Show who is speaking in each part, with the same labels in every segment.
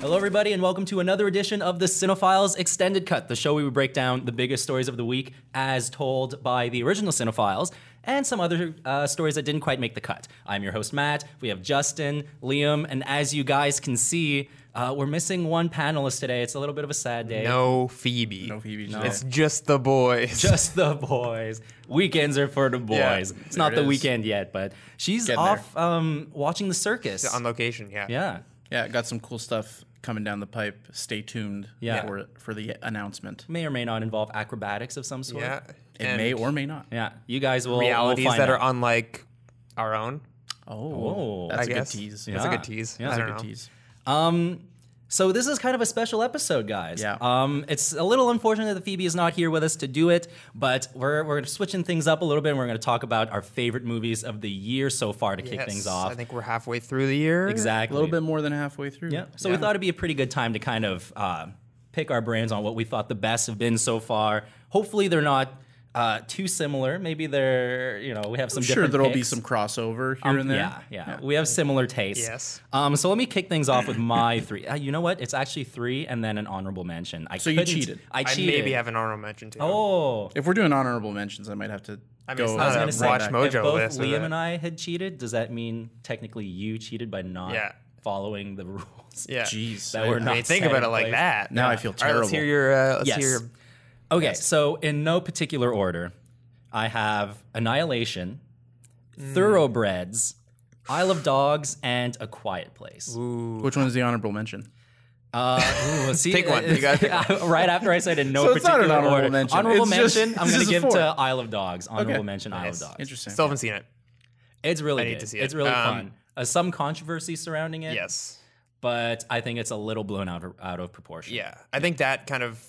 Speaker 1: Hello, everybody, and welcome to another edition of the Cinephiles Extended Cut, the show where we break down the biggest stories of the week as told by the original Cinephiles and some other uh, stories that didn't quite make the cut. I'm your host, Matt. We have Justin, Liam, and as you guys can see, uh, we're missing one panelist today. It's a little bit of a sad day.
Speaker 2: No Phoebe.
Speaker 3: No Phoebe today.
Speaker 2: It's just the boys.
Speaker 1: Just the boys. Weekends are for the boys.
Speaker 2: Yeah,
Speaker 1: it's
Speaker 3: there
Speaker 1: not
Speaker 3: it
Speaker 1: the
Speaker 3: is.
Speaker 1: weekend yet, but she's
Speaker 3: Getting
Speaker 1: off um, watching the circus.
Speaker 2: on location, yeah.
Speaker 1: yeah.
Speaker 3: Yeah, got some cool stuff coming down the pipe. Stay tuned
Speaker 1: Yeah.
Speaker 3: for for the announcement.
Speaker 1: May or may not involve acrobatics of some sort.
Speaker 2: Yeah.
Speaker 3: It
Speaker 2: And
Speaker 3: may or may not.
Speaker 1: Yeah, you guys will
Speaker 2: realities
Speaker 1: will find
Speaker 2: that
Speaker 1: out.
Speaker 2: are unlike our own.
Speaker 3: Oh,
Speaker 1: Oh,
Speaker 3: that's
Speaker 2: I
Speaker 3: a good
Speaker 2: guess.
Speaker 3: tease.
Speaker 2: That's a
Speaker 1: Yeah.
Speaker 2: good tease.
Speaker 1: Yeah,
Speaker 2: I
Speaker 1: that's
Speaker 2: don't
Speaker 3: Good
Speaker 2: know.
Speaker 3: tease.
Speaker 1: So this is kind of a special episode, guys.
Speaker 3: Yeah.
Speaker 1: Um, it's a little unfortunate that Phoebe is not here with us to do it, but we're we're switching things up a little bit, and we're going to talk about our favorite movies of the year so far to kick
Speaker 2: Yes,
Speaker 1: things off.
Speaker 2: I think we're halfway through the year.
Speaker 1: exactly.
Speaker 3: A little bit more than halfway through.
Speaker 1: Yeah. So we thought it'd be a pretty good time to kind of uh, pick our brains on what we thought the best have been so far. Hopefully they're not uh, too similar. Maybe they're you know we have some.
Speaker 3: sure
Speaker 1: different
Speaker 3: there'll be
Speaker 1: picks. Um,
Speaker 3: some crossover here and there.
Speaker 1: Yeah, yeah, We have similar tastes.
Speaker 2: Yes.
Speaker 1: Um, so let me kick things off with my three. Uh, you know what? It's actually three and then an honorable mention. I
Speaker 3: So you
Speaker 1: couldn't-
Speaker 3: cheated.
Speaker 1: I
Speaker 2: I
Speaker 1: cheated.
Speaker 2: maybe have an honorable mention too.
Speaker 1: oh.
Speaker 3: If we're doing honorable mentions, I might have to
Speaker 2: I mean,
Speaker 3: go.
Speaker 2: it's
Speaker 1: I was
Speaker 2: Uh,
Speaker 1: gonna say,
Speaker 2: Watch
Speaker 1: if
Speaker 2: Mojo
Speaker 1: both
Speaker 2: list,
Speaker 1: Liam
Speaker 2: isn't it?
Speaker 1: and I had cheated, does that mean technically you cheated by not
Speaker 2: Yeah.
Speaker 1: following the rules?
Speaker 2: Yeah.
Speaker 3: Jeez,
Speaker 1: That
Speaker 3: I-
Speaker 1: were
Speaker 2: I
Speaker 1: not
Speaker 2: mean, think
Speaker 1: set
Speaker 2: about
Speaker 1: in
Speaker 2: it like
Speaker 1: place.
Speaker 2: that.
Speaker 3: Now
Speaker 2: Yeah.
Speaker 3: I feel
Speaker 2: All right, let's hear
Speaker 3: terrible.
Speaker 2: your. Uh, let's
Speaker 1: Yes.
Speaker 2: hear your.
Speaker 1: Okay, so in no particular order, I have Annihilation,
Speaker 2: Mm.
Speaker 1: Thoroughbreds, Isle of Dogs, and A Quiet Place.
Speaker 3: Which one's the honorable mention?
Speaker 1: Uh, ooh, see,
Speaker 2: Pick one.
Speaker 1: uh,
Speaker 2: You gotta pick
Speaker 1: right after I said in no
Speaker 3: So it's not
Speaker 1: particular
Speaker 3: an honorable
Speaker 1: order.
Speaker 3: mention.
Speaker 1: Honorable
Speaker 3: It's just-
Speaker 1: mention. I'm
Speaker 3: this
Speaker 1: going to give
Speaker 3: is four.
Speaker 1: to Isle of Dogs. Honorable
Speaker 3: Okay.
Speaker 1: mention. Isle of
Speaker 2: Nice.
Speaker 1: Dogs.
Speaker 3: Interesting.
Speaker 2: Still haven't seen it.
Speaker 1: It's really.
Speaker 2: I need
Speaker 1: good.
Speaker 2: to see
Speaker 1: It's
Speaker 2: it.
Speaker 1: really
Speaker 2: Um,
Speaker 1: fun. Uh, some controversy surrounding it.
Speaker 2: Yes.
Speaker 1: but I think it's a little blown out of, out of proportion.
Speaker 2: Yeah. I think that kind of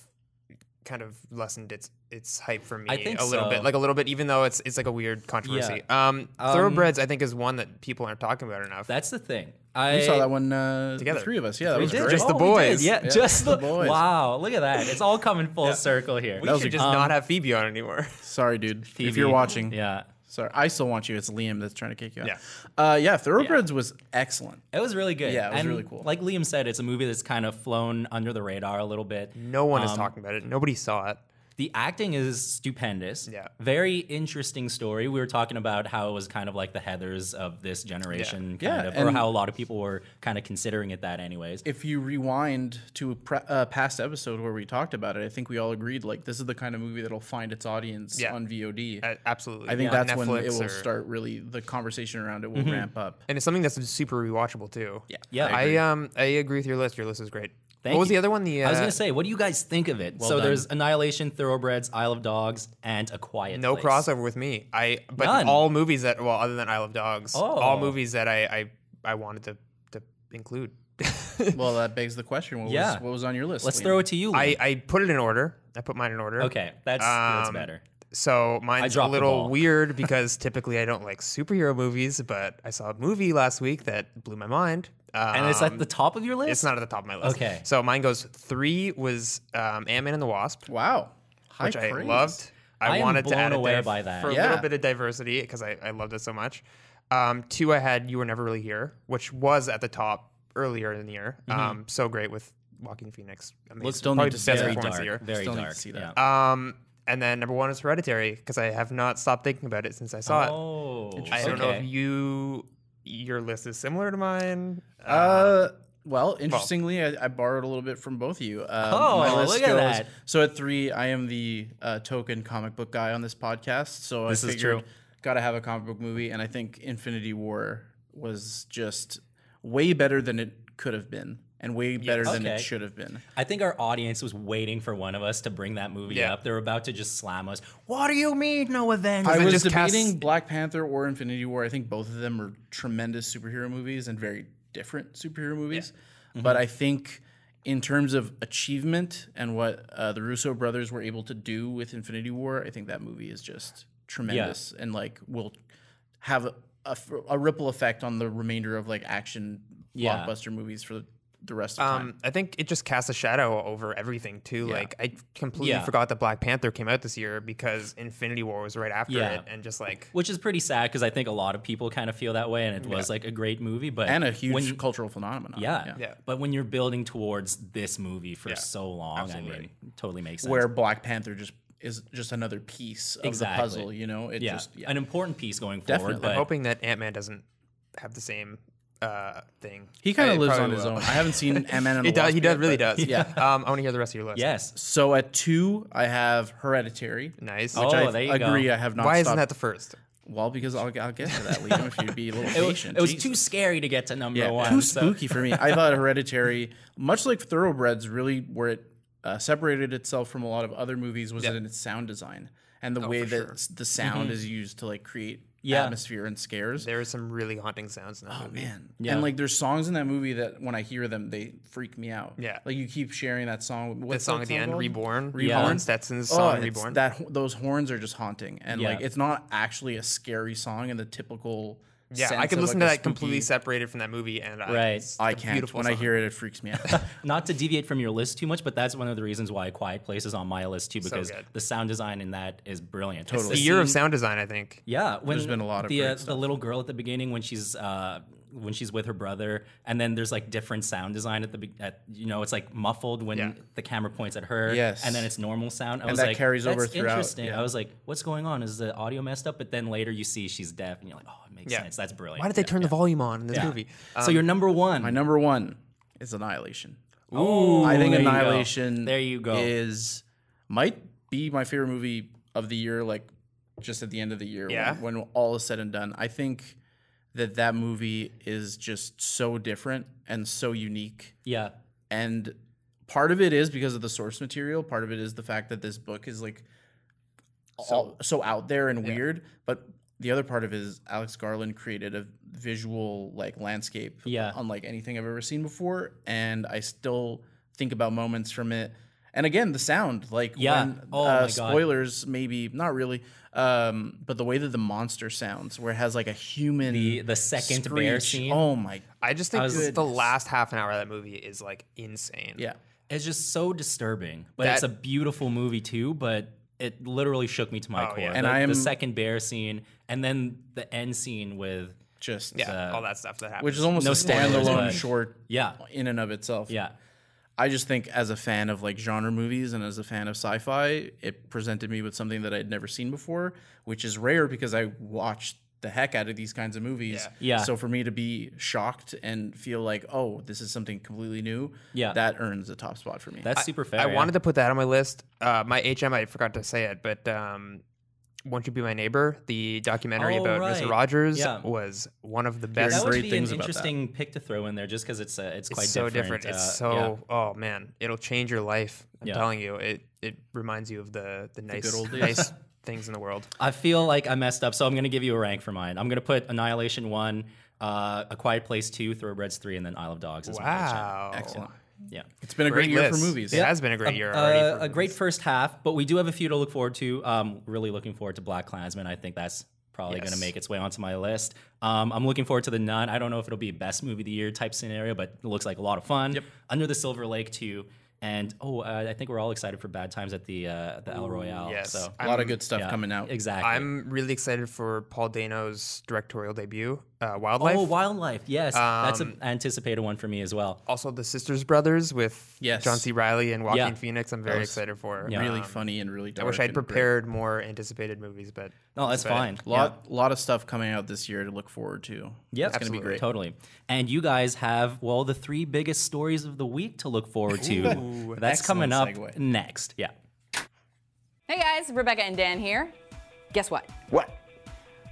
Speaker 2: kind of lessened its its hype for me
Speaker 1: I think
Speaker 2: a little
Speaker 1: so.
Speaker 2: bit. Like a little bit, even though it's it's like a weird controversy. Um, Thoroughbreds, I think, is one that people aren't talking about enough.
Speaker 1: that's the thing. I
Speaker 3: We saw that one uh,
Speaker 2: Together.
Speaker 3: The three of us. Yeah, that
Speaker 2: We
Speaker 3: was
Speaker 2: did.
Speaker 3: great.
Speaker 2: Just the
Speaker 1: Oh, we eh, did.
Speaker 2: boys.
Speaker 1: Yeah,
Speaker 3: Yeah,
Speaker 1: just the,
Speaker 3: boys.
Speaker 1: Wow, look at that. It's all coming full circle here.
Speaker 2: we should just not have Phoebe on anymore.
Speaker 3: Sorry, dude. If
Speaker 1: Phoebe.
Speaker 3: you're watching,
Speaker 1: yeah,
Speaker 3: sorry. I still want you. It's Liam that's trying to kick you out.
Speaker 2: Yeah.
Speaker 3: Uh, yeah. Thoroughbreds was excellent.
Speaker 1: it was really good.
Speaker 3: Yeah, it was
Speaker 1: And
Speaker 3: really cool.
Speaker 1: Like Liam said, it's a movie that's kind of flown under the radar a little bit.
Speaker 2: No one is talking about it. Nobody saw it.
Speaker 1: The acting is stupendous.
Speaker 2: Yeah.
Speaker 1: Very interesting story. We were talking about how it was kind of like the Heathers of this generation,
Speaker 3: Yeah.
Speaker 1: kind
Speaker 3: Yeah,
Speaker 1: of, or
Speaker 3: and-
Speaker 1: how a lot of people were kind of considering it that, anyways.
Speaker 3: if you rewind to a pre- uh, past episode where we talked about it, I think we all agreed like this is the kind of movie that'll find its audience
Speaker 2: Yeah.
Speaker 3: on VOD.
Speaker 2: A- Absolutely.
Speaker 3: I think
Speaker 2: Yeah.
Speaker 3: that's when
Speaker 2: Netflix
Speaker 3: it will
Speaker 2: or- Mm-hmm.
Speaker 3: start really the conversation around it will ramp up.
Speaker 2: And it's something that's super rewatchable too. Yeah.
Speaker 1: Yeah. I
Speaker 2: I, um I agree with your list. Your list is great.
Speaker 1: Thank
Speaker 2: what was
Speaker 1: you.
Speaker 2: the other one? The uh,
Speaker 1: I was gonna say, what do you guys think of it? so
Speaker 3: done.
Speaker 1: there's Annihilation, Thoroughbreds, Isle of Dogs, and A Quiet.
Speaker 2: no
Speaker 1: Place.
Speaker 2: crossover with me. I but
Speaker 1: None.
Speaker 2: all movies that well other than I Love Dogs.
Speaker 1: Oh.
Speaker 2: All movies that I I, I wanted to to include.
Speaker 3: Well, that begs the question: what,
Speaker 1: Yeah.
Speaker 3: was, what was on your list?
Speaker 1: Let's
Speaker 3: Liam?
Speaker 1: throw it to you.
Speaker 2: I
Speaker 1: Liam.
Speaker 2: I put it in order. I put mine in order.
Speaker 1: okay, that's that's
Speaker 2: Um,
Speaker 1: better.
Speaker 2: So mine's a
Speaker 1: dropped the
Speaker 2: little
Speaker 1: ball.
Speaker 2: weird because typically I don't like superhero movies, but I saw a movie last week that blew my mind. Um,
Speaker 1: And it's at the top of your list.
Speaker 2: it's not at the top of my list.
Speaker 1: Okay.
Speaker 2: So mine goes three was um, Ant Man and the Wasp.
Speaker 3: Wow, High
Speaker 2: which I
Speaker 3: praise.
Speaker 2: loved.
Speaker 1: I
Speaker 2: I,
Speaker 1: am
Speaker 2: wanted to
Speaker 1: blown
Speaker 2: add it
Speaker 1: away
Speaker 2: there
Speaker 1: by that.
Speaker 2: for a
Speaker 3: Yeah.
Speaker 2: little bit of diversity because I, I loved it so much. Um, two, I had You Were Never Really Here, which was at the top earlier in the year.
Speaker 1: Mm-hmm.
Speaker 2: Um, so great with Walking Phoenix. Amazing.
Speaker 3: Let's don't
Speaker 2: Probably
Speaker 3: need to
Speaker 2: best
Speaker 3: see that.
Speaker 1: very
Speaker 2: performance
Speaker 1: dark.
Speaker 2: of the year.
Speaker 1: Very
Speaker 3: Still need to
Speaker 1: dark.
Speaker 3: see that.
Speaker 1: yeah.
Speaker 2: Um, and then number one is Hereditary because I have not stopped thinking about it since I saw it.
Speaker 1: oh,
Speaker 2: I don't know
Speaker 1: okay.
Speaker 2: if you your list is similar to mine.
Speaker 3: Uh,
Speaker 1: Um,
Speaker 3: well, interestingly, I, I borrowed a little bit from both of you. Um,
Speaker 1: Oh, look at that.
Speaker 3: So at three, I am the uh, token comic book guy on this podcast. So
Speaker 1: This
Speaker 3: I
Speaker 1: is
Speaker 3: figured,
Speaker 1: true.
Speaker 3: Got to have a comic book movie, and I think Infinity War was just way better than it could have been, and way better than
Speaker 1: Okay.
Speaker 3: it should have been.
Speaker 1: I think our audience was waiting for one of us to bring that movie
Speaker 2: Yeah.
Speaker 1: up. They're about to just slam us. What do you mean, no event?
Speaker 3: I
Speaker 2: it
Speaker 3: was
Speaker 2: just cast-
Speaker 3: debating Black Panther or Infinity War. I think both of them are tremendous superhero movies and very different superhero movies.
Speaker 1: Mm-hmm.
Speaker 3: But I think in terms of achievement and what uh, the Russo brothers were able to do with Infinity War, I think that movie is just tremendous and like will have a, a f- a ripple effect on the remainder of like action
Speaker 1: Yeah.
Speaker 3: blockbuster movies for the rest of time.
Speaker 2: Um, I think it just casts a shadow over everything too. Like I completely
Speaker 1: Yeah.
Speaker 2: forgot that Black Panther came out this year because Infinity War was right after
Speaker 1: Yeah.
Speaker 2: it, and just like
Speaker 1: which is pretty sad because I think a lot of people kind of feel that way, and it was like a great movie, but
Speaker 3: And a huge
Speaker 1: when you-
Speaker 3: cultural phenomenon.
Speaker 1: yeah,
Speaker 2: Yeah.
Speaker 1: But when you're building towards this movie for so long, I
Speaker 2: absolutely.
Speaker 1: mean, totally makes sense.
Speaker 3: Where Black Panther just is just another piece of
Speaker 1: Exactly.
Speaker 3: the puzzle, you know? It
Speaker 1: yeah,
Speaker 3: just yeah.
Speaker 1: an important piece going
Speaker 3: Definitely.
Speaker 1: forward. But
Speaker 2: hoping that Ant Man doesn't have the same uh, thing.
Speaker 3: He kind
Speaker 2: It
Speaker 3: of lives
Speaker 2: probably
Speaker 3: on his
Speaker 2: will.
Speaker 3: own. I haven't seen M and the
Speaker 2: He does.
Speaker 3: Wasp
Speaker 2: He does.
Speaker 3: yet,
Speaker 2: Really
Speaker 3: but-
Speaker 2: does. yeah. Um, I want to hear the rest of your list.
Speaker 1: yes,
Speaker 3: So at two, I have Hereditary.
Speaker 2: Nice.
Speaker 1: Oh,
Speaker 2: Which I-
Speaker 1: there you go.
Speaker 3: Agree, I have not.
Speaker 2: why
Speaker 3: stopped-
Speaker 2: isn't that the first?
Speaker 3: Well, because I'll, I'll get to that, Liam, if you'd be a little
Speaker 1: it was,
Speaker 3: patient.
Speaker 1: it was
Speaker 3: Jesus.
Speaker 1: too scary to get to number
Speaker 3: Yeah,
Speaker 1: one.
Speaker 3: too
Speaker 1: so-
Speaker 3: spooky for me. I thought Hereditary, much like Thoroughbreds, really where it uh, separated itself from a lot of other movies was in its sound design and
Speaker 1: Oh,
Speaker 3: the way that s- the sound is used to like create
Speaker 1: Mm-hmm. Yeah.
Speaker 3: atmosphere and scares.
Speaker 2: There are some really haunting sounds in that movie.
Speaker 3: Oh, Man, and like there's songs in that movie that when I hear them, they freak me out.
Speaker 2: Yeah.
Speaker 3: like you keep sharing that song.
Speaker 2: The
Speaker 3: What's that
Speaker 2: song at the end,
Speaker 3: called?
Speaker 2: Reborn.
Speaker 1: Reborn.
Speaker 2: Alan Stetson's
Speaker 3: Oh,
Speaker 2: song,
Speaker 3: it's-
Speaker 2: Reborn.
Speaker 3: that ho- those horns are just haunting, and like
Speaker 1: Yeah.
Speaker 3: it's not actually a scary song in the typical.
Speaker 2: yeah, I
Speaker 3: sense
Speaker 2: could
Speaker 3: of,
Speaker 2: listen
Speaker 3: like,
Speaker 2: to
Speaker 3: a
Speaker 2: that completely
Speaker 3: spooky-
Speaker 2: separated from that movie, and I,
Speaker 1: Right.
Speaker 2: it's
Speaker 3: I
Speaker 2: a
Speaker 3: can't.
Speaker 2: beautiful
Speaker 3: When I
Speaker 2: song.
Speaker 3: hear it, it freaks me out.
Speaker 1: Not to deviate from your list too much, but that's one of the reasons why Quiet Place is on my list too, because
Speaker 2: good.
Speaker 1: the sound design in that is brilliant.
Speaker 3: Totally.
Speaker 2: the year of sound design, I think.
Speaker 1: Yeah, when
Speaker 3: There's been a lot of
Speaker 1: the
Speaker 3: great
Speaker 1: uh, the little girl at the beginning when she's uh, when she's with her brother, and then there's like different sound design at the be- at you know it's like muffled when
Speaker 2: Yeah.
Speaker 1: the camera points at her,
Speaker 3: Yes.
Speaker 1: and then it's normal sound. I was
Speaker 3: that
Speaker 1: like,
Speaker 3: carries over
Speaker 1: "That's
Speaker 3: throughout,
Speaker 1: Interesting.
Speaker 3: yeah.
Speaker 1: I was like, what's going on? Is the audio messed up? But then later you see she's deaf, and you're like, oh, it makes
Speaker 2: Yeah.
Speaker 1: sense. That's brilliant.
Speaker 2: Why did they turn the volume on in this movie?
Speaker 1: so
Speaker 3: um,
Speaker 1: you're number one.
Speaker 3: My number one is Annihilation.
Speaker 1: Ooh,
Speaker 3: I think
Speaker 1: there you go.
Speaker 3: Annihilation.
Speaker 1: There you go.
Speaker 3: Is might be my favorite movie of the year. Like just at the end of the year, when-
Speaker 2: Yeah.
Speaker 3: when, all is said and done, I think that that movie is just so different and so unique.
Speaker 1: yeah,
Speaker 3: And part of it is because of the source material. Part of it is the fact that this book is like all, so out there and weird. But the other part of it is Alex Garland created a visual like landscape,
Speaker 1: Yeah.
Speaker 3: unlike anything I've ever seen before. And I still think about moments from it. And again, the sound, like
Speaker 1: Yeah.
Speaker 3: when,
Speaker 1: Oh my
Speaker 3: uh,
Speaker 1: God.
Speaker 3: spoilers, maybe not really, um, but the way that the monster sounds, where it has like a human,
Speaker 1: The- the second bear
Speaker 3: screech.
Speaker 1: scene.
Speaker 3: Oh my,
Speaker 2: I just think
Speaker 1: was-
Speaker 2: that the
Speaker 3: Goodness.
Speaker 2: last half an hour of that movie is like insane.
Speaker 3: yeah.
Speaker 1: it's just so disturbing, but it's a
Speaker 2: That-
Speaker 1: beautiful movie too. But it literally shook me to my core.
Speaker 2: yeah.
Speaker 1: the,
Speaker 3: Oh, And I
Speaker 1: the
Speaker 3: am-
Speaker 1: second bear scene, and then the end scene with
Speaker 3: Just
Speaker 2: yeah, all that stuff that happens.
Speaker 3: which is almost
Speaker 1: No
Speaker 3: a
Speaker 1: spoilers,
Speaker 3: standalone
Speaker 1: but-
Speaker 3: short
Speaker 1: yeah,
Speaker 3: in and of itself.
Speaker 1: yeah,
Speaker 3: I just think as a fan of like genre movies and as a fan of sci-fi, it presented me with something that I'd never seen before, which is rare because I watched the heck out of these kinds of movies.
Speaker 1: Yeah. Yeah.
Speaker 3: So for me to be shocked and feel like, oh, this is something completely new,
Speaker 1: Yeah.
Speaker 3: that earns a top spot for me.
Speaker 1: that's super fair.
Speaker 2: I
Speaker 1: yeah.
Speaker 2: wanted to put that on my list. Uh, my HM, I forgot to say it, but um, "Won't You Be My Neighbor," the documentary
Speaker 1: Oh,
Speaker 2: about
Speaker 1: right.
Speaker 2: Mr. Rogers,
Speaker 1: Yeah.
Speaker 2: was one of the best.
Speaker 1: that would
Speaker 3: great
Speaker 1: be
Speaker 3: things
Speaker 1: an
Speaker 3: about that.
Speaker 1: interesting pick to throw in there, just because it's uh, it's quite
Speaker 2: it's so different.
Speaker 1: uh,
Speaker 2: It's
Speaker 1: yeah.
Speaker 2: so oh man, it'll change your life. I'm
Speaker 1: Yeah.
Speaker 2: telling you, it it reminds you of the the nice
Speaker 3: good old days.
Speaker 2: nice things in the world.
Speaker 1: I feel like I messed up, so I'm gonna give you a rank for mine. I'm gonna put Annihilation one, uh, A Quiet Place two, Thoroughbreds three, and then Isle of Dogs. As my HM.
Speaker 2: Wow,
Speaker 3: Excellent.
Speaker 1: Yeah.
Speaker 3: It's been a great, year for
Speaker 2: list.
Speaker 3: movies.
Speaker 2: It has been a great year already.
Speaker 1: Uh,
Speaker 2: for
Speaker 1: a great
Speaker 2: movies.
Speaker 1: first half, but we do have a few to look forward to. Um, really looking forward to Black Klansman. I think that's probably going to
Speaker 2: Yes.
Speaker 1: make its way onto my list. Um, I'm looking forward to The Nun. I don't know if it'll be best movie of the year type scenario, but it looks like a lot of fun. Under the Silver Lake too, and oh, uh, I think we're all excited for Bad Times at the uh, at the El Royale.
Speaker 2: yes.
Speaker 1: So
Speaker 3: A lot of good stuff
Speaker 1: Um, yeah,
Speaker 3: coming out.
Speaker 1: Exactly.
Speaker 2: I'm really excited for Paul Dano's directorial debut, uh, Wildlife.
Speaker 1: oh, Wildlife. Yes, that's
Speaker 2: Um,
Speaker 1: an anticipated one for me as well.
Speaker 2: also, the Sisters Brothers with
Speaker 3: Yes.
Speaker 2: John C. Riley and Joaquin
Speaker 1: Yeah.
Speaker 2: Phoenix. I'm very excited for.
Speaker 3: Really
Speaker 1: Um,
Speaker 3: funny and really
Speaker 2: I
Speaker 3: dark.
Speaker 2: wish I'd
Speaker 3: and great.
Speaker 2: prepared more anticipated movies, but
Speaker 1: No, that's
Speaker 2: about it.
Speaker 1: fine.
Speaker 3: Lot lot of stuff coming out this year to look forward to.
Speaker 1: Yep.
Speaker 3: it's gonna be great.
Speaker 1: Totally. And you guys have, well, the three biggest stories of the week to look forward to. That's
Speaker 3: Excellent
Speaker 1: coming up
Speaker 3: segue.
Speaker 1: next. Yeah.
Speaker 4: Hey guys, Rebecca and Dan here. Guess what?
Speaker 5: What?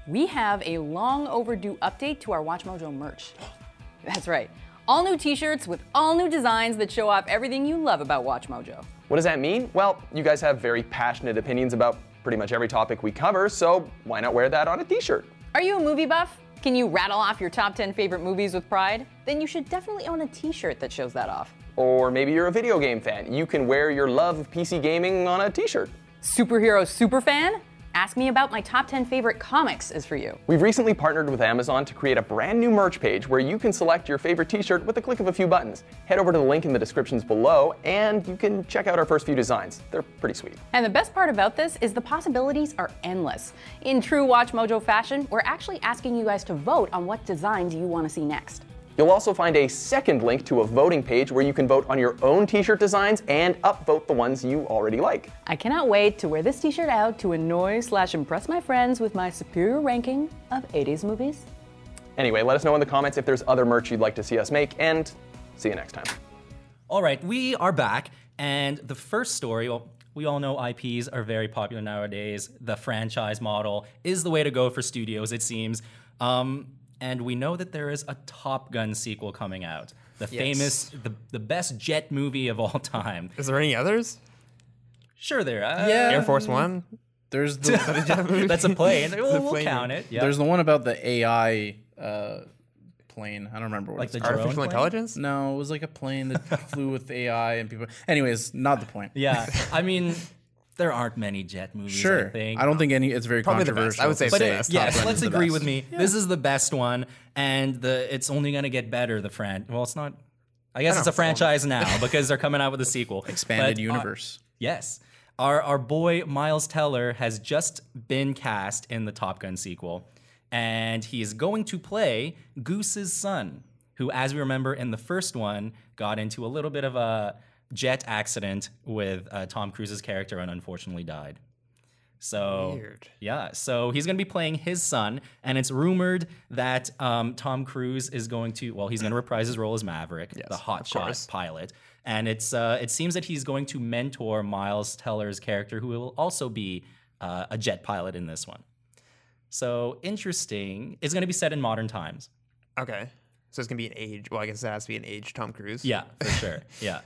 Speaker 4: We have a long overdue update to our WatchMojo merch. That's right. All new t-shirts with all new designs that show off everything you love about WatchMojo.
Speaker 5: What does that mean? Well, you guys have very passionate opinions about pretty much every topic we cover, so why not wear that on a t shirt?
Speaker 4: Are you a movie buff? Can you rattle off your top 10 favorite movies with pride? Then you should definitely own a t-shirt that shows that off.
Speaker 5: Or maybe you're a video game fan. You can wear your love of PC gaming on a t shirt.
Speaker 4: Superhero superfan? Ask Me About My Top 10 Favorite Comics is for you.
Speaker 5: We've recently partnered with Amazon to create a brand new merch page where you can select your favorite t shirt with the click of a few buttons. Head over to the link in the descriptions below and you can check out our first few designs. They're pretty sweet.
Speaker 4: And the best part about this is the possibilities are endless. In true Watch Mojo fashion, we're actually asking you guys to vote on what designs you want to see next.
Speaker 5: You'll also find a second link to a voting page where you can vote on your own t shirt designs and upvote the ones you already like.
Speaker 4: I cannot wait to wear this t-shirt out to annoy slash impress my friends with my superior ranking of 80s movies.
Speaker 5: Anyway, let us know in the comments if there's other merch you'd like to see us make, and see you next time.
Speaker 1: All right, we are back, and the first story. Well, we all know IPs are very popular nowadays. The franchise model is the way to go for studios, it seems. Um, and we know that there is a Top Gun sequel coming out. The famous, the, the best jet movie of all time.
Speaker 2: Is there any others?
Speaker 1: Sure, there. Uh,
Speaker 2: Air Force One.
Speaker 3: There's the
Speaker 1: that's a plane. We'll, we'll
Speaker 2: plane.
Speaker 1: count it. Yeah.
Speaker 3: there's the one about the AI uh, plane. I don't remember what
Speaker 1: like
Speaker 3: it's
Speaker 1: the
Speaker 3: called.
Speaker 1: drone
Speaker 2: Artificial
Speaker 1: plane.
Speaker 2: intelligence.
Speaker 3: No, it was like a plane that flew with AI and people. Anyways, not the point.
Speaker 1: Yeah, I mean, there aren't many jet movies.
Speaker 3: Sure.
Speaker 1: I think.
Speaker 3: I don't think any. It's very
Speaker 2: Probably the
Speaker 3: controversial.
Speaker 2: best. I would say
Speaker 3: to
Speaker 1: but
Speaker 2: so,
Speaker 1: it-
Speaker 2: yes, Top
Speaker 1: yes,
Speaker 2: Gun
Speaker 1: let's
Speaker 2: is the
Speaker 1: agree
Speaker 2: best.
Speaker 1: with me. This is the best one, and the it's only going to get better. The fran well, it's not. I guess it's a franchise now because they're coming out with a sequel.
Speaker 3: expanded
Speaker 1: But, uh,
Speaker 3: universe.
Speaker 1: yes, our our boy Miles Teller has just been cast in the Top Gun sequel, and he is going to play Goose's son, who, as we remember in the first one, got into a little bit of a jet accident with uh, Tom Cruise's character and unfortunately died. So yeah, so he's going to be playing his son, and it's rumored that um, Tom Cruise is going to well, he's going to reprise his role as Maverick, the hotshot pilot, and it's uh, it seems that he's going to mentor Miles Teller's character, who will also be uh, a jet pilot in this one. So interesting. It's going to be set in modern times.
Speaker 2: Okay. So it's gonna be an age. Well, I guess it has to be an age Tom Cruise.
Speaker 1: Yeah, for sure. Yeah.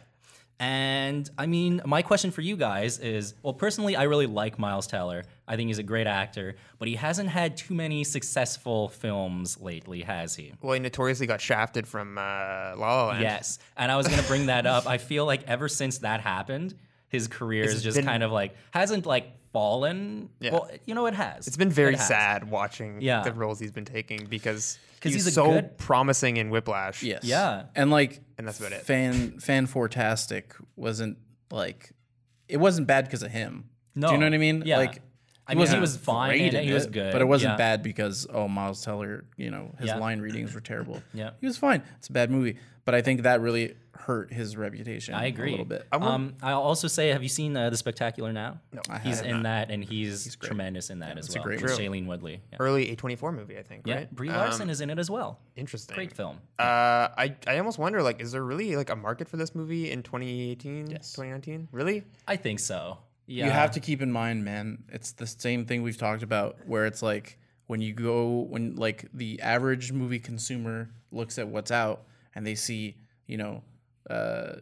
Speaker 1: And I mean, my question for you guys is well, personally, I really like Miles Teller. I think he's a great actor, but he hasn't had too many successful films lately, has he?
Speaker 2: Well, he notoriously got shafted from uh, La La Land.
Speaker 1: Yes. And I was going to bring that up. I feel like ever since that happened, his career is just
Speaker 2: been-
Speaker 1: kind of like hasn't like fallen. Well, you know, it has.
Speaker 2: It's been very
Speaker 1: It has.
Speaker 2: sad watching
Speaker 1: Yeah.
Speaker 2: the roles he's been taking because
Speaker 1: 'Cause he's a
Speaker 2: so
Speaker 1: good-
Speaker 2: promising in Whiplash.
Speaker 3: Yes.
Speaker 1: Yeah.
Speaker 3: And like,
Speaker 2: And that's about it.
Speaker 3: Fan fan fantastic wasn't like, it wasn't bad because of him.
Speaker 1: No.
Speaker 3: Do you know what I mean?
Speaker 1: Yeah.
Speaker 3: Like,
Speaker 1: I mean, he
Speaker 3: wasn't
Speaker 1: was fine
Speaker 3: great
Speaker 1: in it,
Speaker 3: in
Speaker 1: he was good,
Speaker 3: but it wasn't
Speaker 1: yeah.
Speaker 3: bad because oh, Miles Teller, you know, his
Speaker 1: Yeah.
Speaker 3: line readings were terrible.
Speaker 1: Yeah.
Speaker 3: he was fine. It's a bad movie, but I think that really hurt his reputation.
Speaker 1: I agree
Speaker 3: a little bit.
Speaker 1: Um, I'll also say, have you seen uh, the Spectacular now? No,
Speaker 3: I
Speaker 1: he's
Speaker 3: have
Speaker 1: in that, and he's, tremendous in that as
Speaker 3: it's a
Speaker 1: well.
Speaker 3: great
Speaker 1: with
Speaker 3: movie.
Speaker 1: Shailene Woodley. Yeah.
Speaker 2: Early A24 movie, I think.
Speaker 1: Yeah,
Speaker 2: Right. Uh,
Speaker 1: Brie
Speaker 3: um,
Speaker 1: Larson is in it as well.
Speaker 2: Interesting.
Speaker 1: Great film.
Speaker 2: Uh, I, I almost wonder like is there really like a market for this movie in 2018
Speaker 3: Yes.
Speaker 2: 2019 really
Speaker 1: I think so. Yeah,
Speaker 3: You have to keep in mind, man, it's the same thing we've talked about where it's like when you go when like the average movie consumer looks at what's out and they see, you know, uh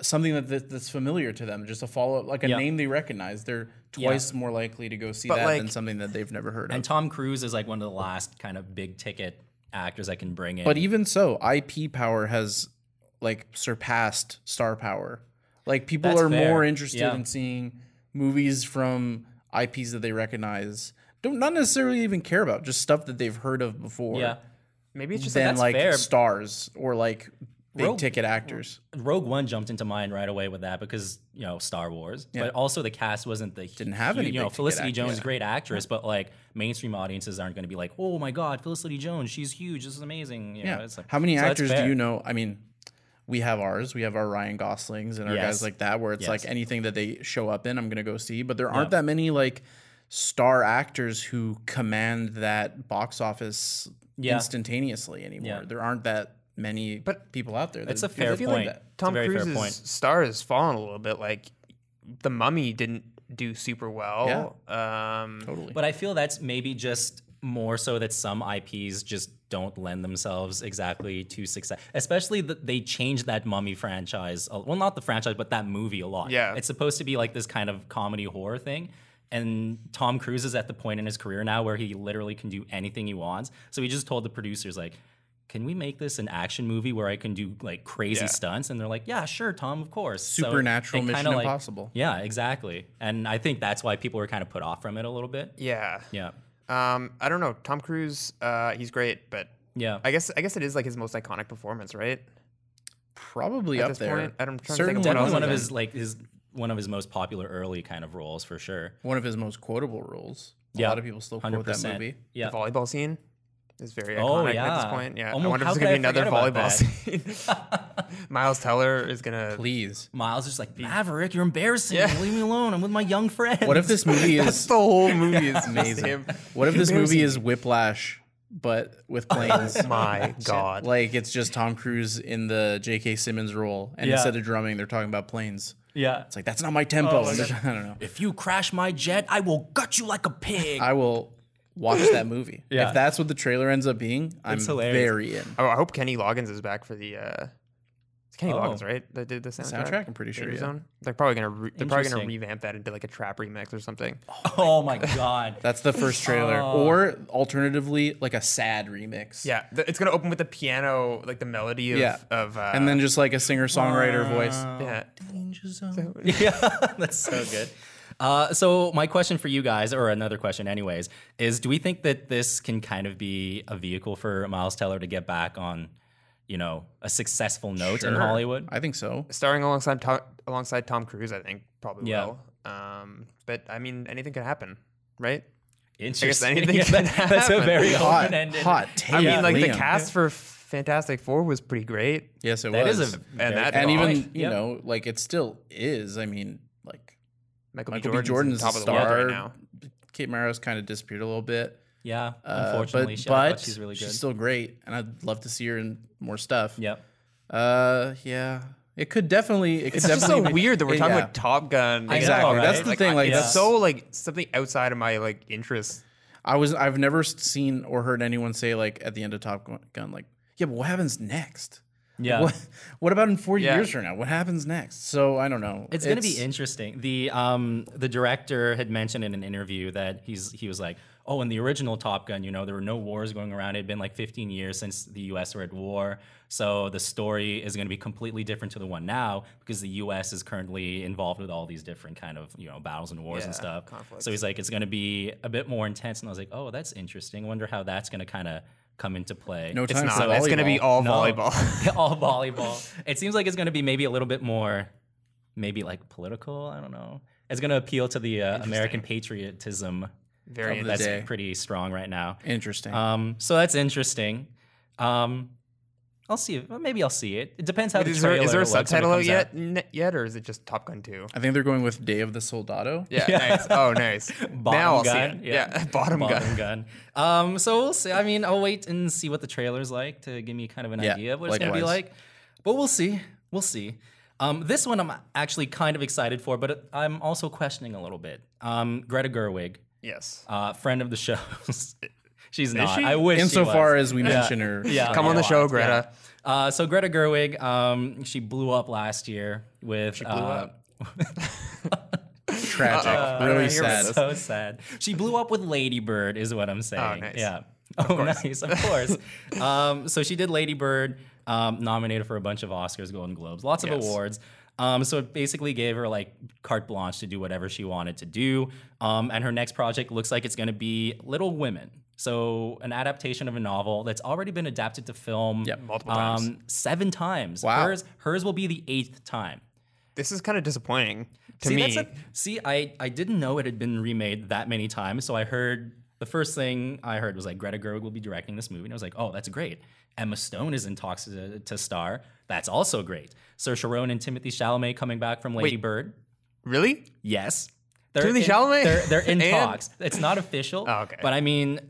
Speaker 3: something that that- that's familiar to them, just a follow up like a
Speaker 1: Yeah.
Speaker 3: name they recognize, they're twice more likely to go see that
Speaker 2: like-
Speaker 3: than something that they've never heard
Speaker 1: And
Speaker 3: of.
Speaker 1: Tom Cruise is like one of the last kind of big ticket actors I can bring in.
Speaker 3: But even so, IP power has like surpassed star power. Like people
Speaker 1: That's
Speaker 3: are
Speaker 1: fair.
Speaker 3: more interested
Speaker 1: Yeah.
Speaker 3: in seeing movies from IPs that they recognize. Don't not necessarily even care about just stuff that they've heard of before.
Speaker 1: yeah,
Speaker 2: maybe it's just
Speaker 3: Than
Speaker 1: that's
Speaker 3: like
Speaker 1: fair.
Speaker 3: stars or like big
Speaker 1: Rogue-
Speaker 3: ticket actors.
Speaker 1: Rogue One jumped into mind right away with that because you know Star Wars, but also the cast wasn't the didn't
Speaker 3: have any
Speaker 1: You know,
Speaker 3: big-ticket
Speaker 1: Felicity
Speaker 3: actors.
Speaker 1: Jones, great actress, but like mainstream audiences aren't going to be like, oh my god, Felicity Jones, she's huge, this is amazing. You
Speaker 3: Yeah.
Speaker 1: know, it's like,
Speaker 3: How many
Speaker 1: so that's
Speaker 3: actors do
Speaker 1: fair.
Speaker 3: you know? I mean, we have ours. We have our Ryan Goslings and our
Speaker 1: Yes.
Speaker 3: guys like that, where it's
Speaker 1: Yes.
Speaker 3: like anything that they show up in, I'm gonna go see. But there aren't that many like star actors who command that box office
Speaker 1: Yeah.
Speaker 3: instantaneously anymore.
Speaker 1: Yeah.
Speaker 3: There aren't that many people out there.
Speaker 1: That's
Speaker 3: that
Speaker 1: a
Speaker 3: do
Speaker 1: fair
Speaker 3: that.
Speaker 1: point. It's a
Speaker 2: Tom
Speaker 1: very fair
Speaker 2: Cruise's
Speaker 1: point.
Speaker 2: star has fallen a little bit like the mummy didn't do super well um
Speaker 3: Totally.
Speaker 1: But I feel that's maybe just more so that some IPs just don't lend themselves exactly to success. Especially that they changed that Mummy franchise. a- Well, not the franchise, but that movie a lot.
Speaker 2: Yeah.
Speaker 1: It's supposed to be like this kind of comedy horror thing. And Tom Cruise is at the point in his career now where he literally can do anything he wants. So he just told the producers, like, can we make this an action movie where I can do like crazy
Speaker 3: Yeah.
Speaker 1: stunts? And they're like, yeah, sure, Tom, of course. So
Speaker 3: Supernatural
Speaker 1: it
Speaker 3: Mission
Speaker 1: kinda, like-
Speaker 3: Impossible.
Speaker 1: Yeah, exactly. And I think that's why people were kind of put off from it a little bit.
Speaker 2: Yeah.
Speaker 1: Yeah.
Speaker 2: Um, I don't know. Tom Cruise, uh, he's great, but
Speaker 1: Yeah.
Speaker 2: I guess I guess it is like his most iconic performance, right?
Speaker 3: Probably
Speaker 2: At
Speaker 3: up
Speaker 2: this
Speaker 3: there.
Speaker 2: point, I'm trying to think of
Speaker 3: Certainly
Speaker 2: what
Speaker 1: Definitely
Speaker 2: else
Speaker 1: one of
Speaker 2: is
Speaker 1: his like his one of his most popular early kind of roles for sure.
Speaker 3: one of his most quotable roles. A
Speaker 1: Yeah,
Speaker 3: lot of people still quote that
Speaker 1: 100%.
Speaker 3: movie.
Speaker 1: Yeah.
Speaker 2: The volleyball scene is very
Speaker 1: Oh,
Speaker 2: iconic at this
Speaker 1: yeah.
Speaker 2: point. Yeah.
Speaker 1: Almost-
Speaker 2: I wonder
Speaker 1: how
Speaker 2: if
Speaker 1: could
Speaker 2: there's gonna be
Speaker 1: I
Speaker 2: another
Speaker 1: forget about
Speaker 2: volleyball scene. Miles Teller is gonna
Speaker 3: Please.
Speaker 1: Miles is like Maverick, you're embarrassing. Leave me alone. I'm with my young friend.
Speaker 3: Mm. What if this movie is
Speaker 2: the whole movie is amazing.
Speaker 3: amazing? What if this movie is Whiplash, but with
Speaker 1: Oh
Speaker 3: planes?
Speaker 2: My God.
Speaker 3: like it's just Tom Cruise in the J.K. Simmons role, and
Speaker 1: Yeah.
Speaker 3: instead of drumming, they're talking about planes.
Speaker 1: Yeah.
Speaker 3: It's like that's not my
Speaker 1: Oh,
Speaker 3: tempo. I don't know.
Speaker 1: If you crash my jet, I will gut you like a pig.
Speaker 3: I will watch that movie.
Speaker 1: Yeah.
Speaker 3: If that's what the trailer ends up being, I'm
Speaker 1: It's hilarious.
Speaker 3: very in.
Speaker 2: Oh, I hope Kenny Loggins is back for the. Uh, it's Kenny
Speaker 1: Oh.
Speaker 2: Loggins, right? That did the soundtrack.
Speaker 3: Soundtrack, I'm pretty sure,
Speaker 2: Danger
Speaker 3: yeah.
Speaker 2: Zone? They're probably gonna re- they're probably gonna
Speaker 1: Interesting.
Speaker 2: revamp that into like a trap remix or something.
Speaker 1: oh my god.
Speaker 3: That's the first trailer,
Speaker 1: Oh.
Speaker 3: or alternatively, like a sad remix.
Speaker 2: Yeah, th- it's gonna open with the piano, like the melody of.
Speaker 3: Yeah.
Speaker 2: of uh,
Speaker 3: and then just like a singer songwriter voice.
Speaker 1: Uh,
Speaker 2: yeah.
Speaker 1: yeah, that's so good. Uh, so my question for you guys, or another question, anyways, is: Do we think that this can kind of be a vehicle for Miles Teller to get back on, you know, a successful note in
Speaker 3: Sure.
Speaker 1: Hollywood?
Speaker 3: I think so.
Speaker 2: starring alongside Tom, alongside Tom Cruise, I think probably
Speaker 1: Yeah.
Speaker 2: will. Um, but I mean, anything could happen, right?
Speaker 1: Interesting.
Speaker 2: anything
Speaker 1: Yeah,
Speaker 2: can
Speaker 1: that- that's a
Speaker 2: happen.
Speaker 1: very
Speaker 3: Hot,
Speaker 1: open-ended.
Speaker 3: hot take.
Speaker 2: I mean, like the
Speaker 3: Liam.
Speaker 2: cast for Fantastic Four was pretty great.
Speaker 3: Yes, it
Speaker 1: That
Speaker 3: was.
Speaker 1: is a
Speaker 2: And that-
Speaker 3: and even
Speaker 1: Right.
Speaker 3: you
Speaker 1: Yep.
Speaker 3: know, like it still is. I mean, like
Speaker 2: Michael,
Speaker 3: Michael
Speaker 2: B. Jordan's,
Speaker 3: B. Jordan's
Speaker 2: top
Speaker 3: a
Speaker 2: of the world
Speaker 3: star.
Speaker 2: right now.
Speaker 3: Kate Mara's kind of disappeared a little bit.
Speaker 1: Yeah,
Speaker 3: uh,
Speaker 1: unfortunately,
Speaker 3: but,
Speaker 1: she, I thought
Speaker 3: but
Speaker 1: she's really good.
Speaker 3: She's still great, and I'd love to see her in more stuff.
Speaker 1: yep.
Speaker 3: Uh, yeah. It could definitely. It could
Speaker 2: It's just
Speaker 3: definitely
Speaker 2: so
Speaker 3: be-
Speaker 2: weird that we're
Speaker 3: yeah.
Speaker 2: talking about Top Gun.
Speaker 1: I know,
Speaker 3: Exactly.
Speaker 1: right?
Speaker 3: That's the
Speaker 2: Like,
Speaker 3: thing.
Speaker 2: I-
Speaker 3: Like
Speaker 1: yeah.
Speaker 2: That's so like something outside of my like interests.
Speaker 3: I was. I've never s- seen or heard anyone say like at the end of Top Gun, like, yeah, but what happens next?
Speaker 1: Yeah.
Speaker 3: What What about in forty
Speaker 2: Yeah.
Speaker 3: years from now? What happens next? So I don't know.
Speaker 1: It's, going to be interesting. The um the director had mentioned in an interview that he's he was like, "Oh, in the original Top Gun, you know, there were no wars going around. It had been like 15 years since the US were at war. So the story is going to be completely different to the one now because the US is currently involved with all these different kind of, you know, battles and wars and
Speaker 2: Yeah,
Speaker 1: stuff.
Speaker 2: conflicts.
Speaker 1: So he's like it's going to be a bit more intense." And I was like, "Oh, that's interesting. I wonder how that's going to kind of come into play."
Speaker 3: No time
Speaker 2: Nah,
Speaker 3: for
Speaker 2: it's gonna be
Speaker 3: volleyball.
Speaker 2: all
Speaker 1: No.
Speaker 2: volleyball.
Speaker 1: all volleyball. It seems like it's going to be maybe a little bit more, maybe like political. I don't know. It's going to appeal to the uh, American patriotism
Speaker 2: Very
Speaker 3: Of the
Speaker 1: that's
Speaker 2: interesting.
Speaker 3: day.
Speaker 1: pretty strong right now.
Speaker 3: interesting.
Speaker 1: Um, so that's interesting. Um, I'll see. It. well, Maybe I'll see it. It depends how the
Speaker 2: Is there,
Speaker 1: trailer
Speaker 2: is there a
Speaker 1: looks when it
Speaker 2: subtitle out
Speaker 1: comes
Speaker 2: yet? N- yet, or is it just Top Gun Two?
Speaker 3: I think they're going with Day of the Soldado.
Speaker 2: Yeah, nice. Oh, nice.
Speaker 1: Bottom
Speaker 2: now I'll
Speaker 1: gun.
Speaker 2: see it. Yeah, bottom, gun.
Speaker 1: Um, so we'll see. I mean, I'll wait and see what the trailer's like to give me kind of an
Speaker 3: Yeah,
Speaker 1: idea of what it's going to be
Speaker 3: likewise.
Speaker 1: like. But we'll see. We'll see. Um, this one I'm actually kind of excited for, but I'm also questioning a little bit. Um, Greta Gerwig,
Speaker 2: Yes.
Speaker 1: uh, friend of the show. She's not.
Speaker 2: she?
Speaker 1: I wish. she
Speaker 3: Insofar
Speaker 1: was.
Speaker 3: as we mention her,
Speaker 1: Yeah.
Speaker 2: Come on the
Speaker 1: Yeah.
Speaker 2: show, Greta.
Speaker 1: Uh, so Greta Gerwig, um, she blew up last year with uh, she blew
Speaker 2: up.
Speaker 3: tragic,
Speaker 1: Uh,
Speaker 2: Uh-oh. I
Speaker 3: really
Speaker 2: don't hear about
Speaker 3: sad.
Speaker 2: this.
Speaker 1: so sad. She blew up with Ladybird, is what I'm saying.
Speaker 2: nice.
Speaker 1: Yeah. oh, nice. Of course. um, so she did Ladybird, um, nominated for a bunch of Oscars, Golden Globes, lots of awards. Um, so it basically gave her like carte blanche to do whatever she wanted to do. Um, and her next project looks like it's going to be Little Women. So an adaptation of a novel that's already been adapted to film
Speaker 3: Yep.
Speaker 2: Multiple times.
Speaker 1: Um, seven times.
Speaker 3: Wow.
Speaker 1: Hers, hers will be the eighth time
Speaker 2: This is kind of disappointing to
Speaker 1: see,
Speaker 2: me.
Speaker 1: That's a, see, I, I didn't know it had been remade that many times. So I heard the first thing I heard was like Greta Gerwig will be directing this movie, and I was like, oh, that's great. Emma Stone is in talks to, to star. That's also great. Sir Sharon and Timothy Chalamet coming back from Lady Bird.
Speaker 2: really?
Speaker 1: Yes, they're
Speaker 2: Timothy
Speaker 1: in,
Speaker 2: Chalamet?
Speaker 1: They're they're in
Speaker 2: And-
Speaker 1: talks. It's not official.
Speaker 2: Oh, okay.
Speaker 1: But I mean.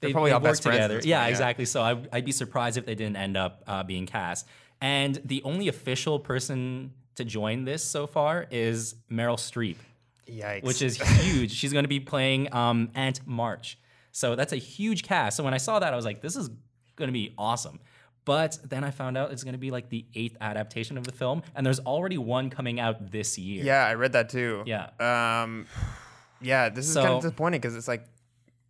Speaker 1: They,
Speaker 2: probably
Speaker 1: they
Speaker 2: all
Speaker 1: work
Speaker 2: best friends at
Speaker 1: together.
Speaker 2: this
Speaker 1: Yeah,
Speaker 2: point, yeah.
Speaker 1: exactly. So I, I'd be surprised if they didn't end up uh, being cast. And the only official person to join this so far is Meryl Streep
Speaker 2: Yikes.
Speaker 1: which is huge. She's going to be playing um, Aunt March. So that's a huge cast. So when I saw that, I was like, this is going to be awesome. But then I found out it's going to be like the eighth adaptation of the film, and there's already one coming out this year.
Speaker 2: Yeah, I read that too.
Speaker 1: Yeah.
Speaker 2: Um, yeah, this is
Speaker 1: So-
Speaker 2: kind of disappointing because it's like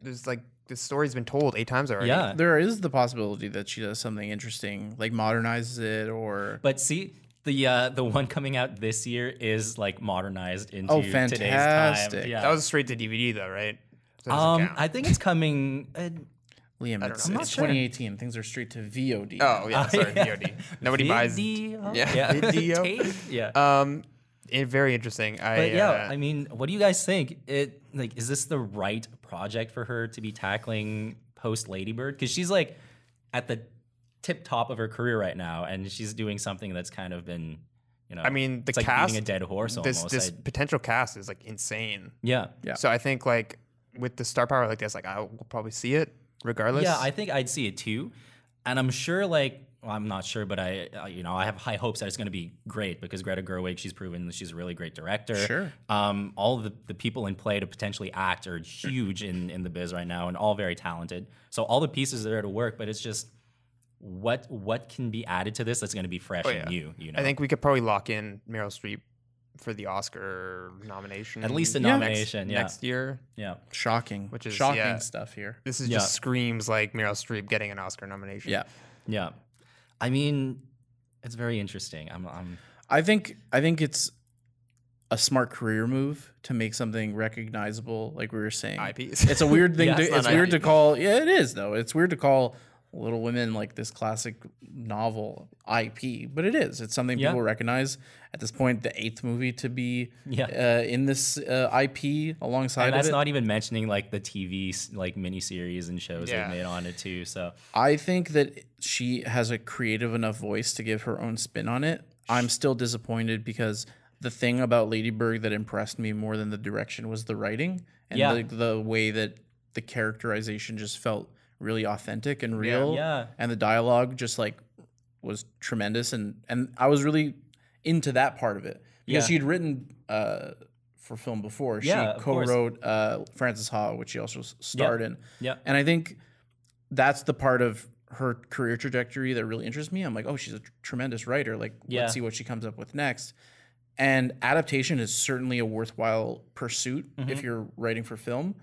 Speaker 2: there's like the story's been told eight times already.
Speaker 1: Yeah.
Speaker 3: There is the possibility that she does something interesting, like modernizes it or
Speaker 1: But see, the uh, the one coming out this year is like modernized into
Speaker 3: Oh,
Speaker 1: today's
Speaker 3: fantastic.
Speaker 1: time. Yeah.
Speaker 2: That was straight to DVD though, right? So that doesn't
Speaker 1: um,
Speaker 2: count.
Speaker 1: I think it's coming. Uh,
Speaker 3: Liam. It's,
Speaker 1: know. I'm
Speaker 3: it's
Speaker 1: not sure.
Speaker 3: 2018. Things are straight to VOD.
Speaker 2: oh yeah, sorry, VOD. Nobody buys.
Speaker 1: video?
Speaker 2: Yeah.
Speaker 1: yeah.
Speaker 2: Video.
Speaker 1: Tape? Yeah.
Speaker 2: Um, it, very interesting. I
Speaker 1: But yeah,
Speaker 2: uh,
Speaker 1: I mean, what do you guys think? It like is this the right project for her to be tackling post Ladybird? Because she's like at the tip top of her career right now, and she's doing something that's kind of been, you know,
Speaker 2: I mean, the
Speaker 1: it's like
Speaker 2: cast
Speaker 1: beating a dead horse
Speaker 2: This
Speaker 1: almost.
Speaker 2: this
Speaker 1: I-
Speaker 2: potential cast is like insane.
Speaker 1: yeah,
Speaker 3: Yeah.
Speaker 2: So I think like with the star power like this, like I will probably see it regardless.
Speaker 1: yeah, I think I'd see it too, and I'm sure like. well, I'm not sure, but I, uh, you know, I have high hopes that it's going to be great because Greta Gerwig, she's proven that she's a really great director.
Speaker 3: Sure.
Speaker 1: Um, all of the, the people in play to potentially act are huge in, in the biz right now and all very talented. So all the pieces are there to work, but it's just what what can be added to this that's going to be fresh
Speaker 2: Oh, yeah.
Speaker 1: and new, you know?
Speaker 2: I think we could probably lock in Meryl Streep for the Oscar nomination.
Speaker 1: At least a
Speaker 2: next-
Speaker 1: nomination, yeah.
Speaker 2: Next year.
Speaker 1: yeah.
Speaker 3: Shocking.
Speaker 2: Which is-
Speaker 3: shocking
Speaker 2: yeah.
Speaker 3: stuff here.
Speaker 2: This is
Speaker 1: Yeah.
Speaker 2: just screams like Meryl Streep getting an Oscar nomination.
Speaker 3: Yeah.
Speaker 1: Yeah. I mean, it's very interesting. I'm, I'm
Speaker 3: I think I think it's a smart career move to make something recognizable, like we were saying.
Speaker 2: IPs.
Speaker 3: It's a weird thing.
Speaker 1: Yeah,
Speaker 3: to,
Speaker 1: it's
Speaker 3: it's
Speaker 1: not
Speaker 3: weird to call. Yeah, it is though. It's weird to call Little Women like this classic novel IP, but it is. It's something
Speaker 1: Yeah.
Speaker 3: people recognize at this point. The eighth movie to be
Speaker 1: Yeah.
Speaker 3: uh, in this uh, IP alongside
Speaker 1: and
Speaker 3: of
Speaker 1: that's
Speaker 3: it.
Speaker 1: not even mentioning like the TV s- like miniseries and shows
Speaker 2: Yeah.
Speaker 1: they've made on it too. So
Speaker 3: I think that she has a creative enough voice to give her own spin on it. I'm still disappointed because the thing about Ladybird that impressed me more than the direction was the writing and
Speaker 1: Yeah.
Speaker 3: the, the way that the characterization just felt really authentic and real.
Speaker 1: Yeah.
Speaker 3: And the dialogue just like was tremendous and and I was really into that part of it because
Speaker 1: Yeah.
Speaker 3: she'd written uh for film before.
Speaker 1: Yeah,
Speaker 3: she
Speaker 1: of course.
Speaker 3: co-wrote uh Frances Ha, which she also s- starred in.
Speaker 1: Yep.
Speaker 3: And I think that's the part of her career trajectory that really interests me. I'm like, oh, she's a tr- tremendous writer. Like,
Speaker 1: Yeah.
Speaker 3: let's see what she comes up with next. And adaptation is certainly a worthwhile pursuit if
Speaker 1: Mm-hmm.
Speaker 3: you're writing for film.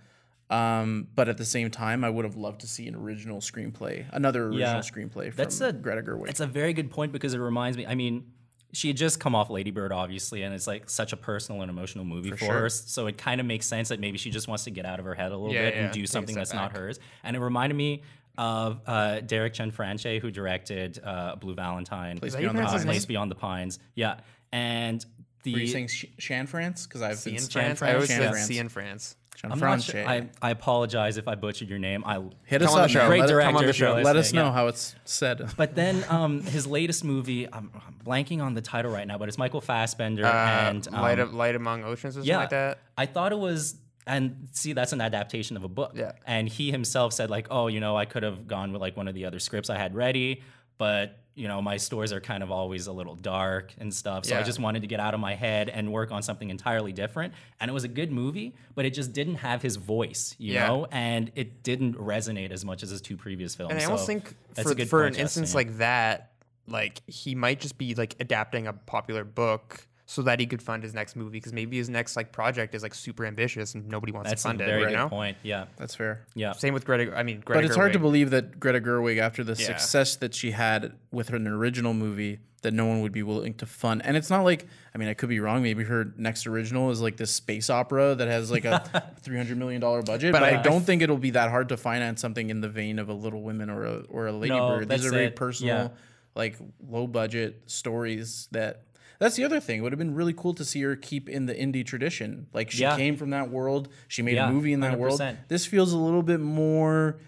Speaker 3: Um, but at the same time, I would have loved to see an original screenplay, another original
Speaker 1: Yeah.
Speaker 3: screenplay from
Speaker 1: That's a-
Speaker 3: Greta Gerwig.
Speaker 1: It's a very good point because it reminds me. I mean, she had just come off Lady Bird, obviously, and it's like such a personal and emotional movie for, her. So it kind of makes sense that maybe she just wants to get out of her head a little
Speaker 2: Yeah,
Speaker 1: bit
Speaker 2: yeah.
Speaker 1: and
Speaker 2: Take
Speaker 1: do
Speaker 2: a
Speaker 1: something
Speaker 2: step
Speaker 1: that's not hers. And it reminded me of uh, Derek Chenfranche, who directed uh, Blue Valentine, Place,
Speaker 2: Beyond the Pines.
Speaker 1: Place Beyond the Pines. Yeah, and the
Speaker 3: Were you saying Sh- Shan France? Because I've
Speaker 2: C
Speaker 3: been
Speaker 2: in
Speaker 3: Shan
Speaker 2: France. I
Speaker 3: France.
Speaker 2: always
Speaker 3: Shan
Speaker 2: said
Speaker 3: France.
Speaker 2: C in France.
Speaker 3: Shan
Speaker 1: I'm not
Speaker 3: France.
Speaker 1: sure. I, I apologize if I butchered your name. I
Speaker 3: Hit
Speaker 2: Come
Speaker 3: us
Speaker 2: on the
Speaker 3: up,
Speaker 2: show.
Speaker 3: man.
Speaker 1: Great
Speaker 3: Let-
Speaker 1: director.
Speaker 3: Come on the
Speaker 1: if you're
Speaker 3: show. Let us
Speaker 1: listening,
Speaker 3: know
Speaker 1: yeah.
Speaker 3: how it's said.
Speaker 1: But then um, his latest movie, I'm, I'm blanking on the title right now, but it's Michael Fassbender
Speaker 3: Uh,
Speaker 1: and um,
Speaker 2: Uh, light, of, light among oceans or something like that.
Speaker 1: I thought it was, and see, that's an adaptation of a book.
Speaker 2: Yeah.
Speaker 1: And he himself said, like, oh, you know, I could have gone with like one of the other scripts I had ready, but you know, my stories are kind of always a little dark and stuff. So I
Speaker 2: Yeah.
Speaker 1: just wanted to get out of my head and work on something entirely different. And it was a good movie, but it just didn't have his voice, you
Speaker 2: Yeah.
Speaker 1: know, and it didn't resonate as much as his two previous films.
Speaker 2: And I
Speaker 1: So
Speaker 2: almost think
Speaker 1: that's
Speaker 2: for,
Speaker 1: a good
Speaker 2: for
Speaker 1: point,
Speaker 2: an instance
Speaker 1: Justin.
Speaker 2: like that, like he might just be like adapting a popular book so that he could fund his next movie because maybe his next like project is like super ambitious and nobody wants
Speaker 1: that's
Speaker 2: to
Speaker 1: a
Speaker 2: fund it.
Speaker 1: very
Speaker 2: right
Speaker 1: good
Speaker 2: now.
Speaker 1: point. Yeah.
Speaker 3: That's fair.
Speaker 1: Yeah.
Speaker 2: Same with Greta. I mean, Greta
Speaker 3: But it's hard to
Speaker 2: Gerwig.
Speaker 3: believe that Greta Gerwig, after the
Speaker 2: Yeah.
Speaker 3: success that she had with her original movie, that no one would be willing to fund. And it's not like, I mean, I could be wrong. Maybe her next original is like this space opera that has like a three hundred million dollar budget. But,
Speaker 2: But
Speaker 3: I,
Speaker 2: I- I
Speaker 3: don't think it'll be that hard to finance something in the vein of a Little Women or a or a Lady
Speaker 1: No,
Speaker 3: Bird. These
Speaker 1: that's
Speaker 3: are very
Speaker 1: it.
Speaker 3: personal,
Speaker 1: Yeah.
Speaker 3: like low budget stories that. That's the other thing. It would have been really cool to see her keep in the indie tradition. Like she
Speaker 1: Yeah.
Speaker 3: came from that world. She made
Speaker 1: Yeah,
Speaker 3: a movie in that world.
Speaker 1: 100%.
Speaker 3: This feels a little bit more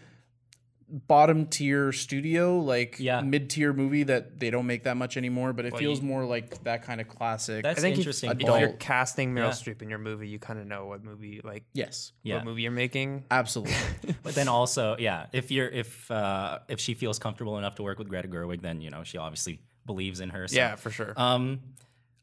Speaker 3: bottom tier studio, like
Speaker 1: Yeah.
Speaker 3: mid tier movie that they don't make that much anymore, but it feels more like that kind of classic.
Speaker 1: That's
Speaker 2: I think if-
Speaker 1: interesting.
Speaker 2: If,
Speaker 1: point.
Speaker 2: you're
Speaker 3: Adult.
Speaker 2: casting Meryl
Speaker 1: Yeah.
Speaker 2: Streep in your movie, you kind of know what movie like
Speaker 3: yes,
Speaker 1: Yeah.
Speaker 2: what movie you're making.
Speaker 3: absolutely.
Speaker 1: But then also, yeah, if you're if uh, if she feels comfortable enough to work with Greta Gerwig, then you know she obviously believes in her. So.
Speaker 2: Yeah, for sure.
Speaker 1: Um,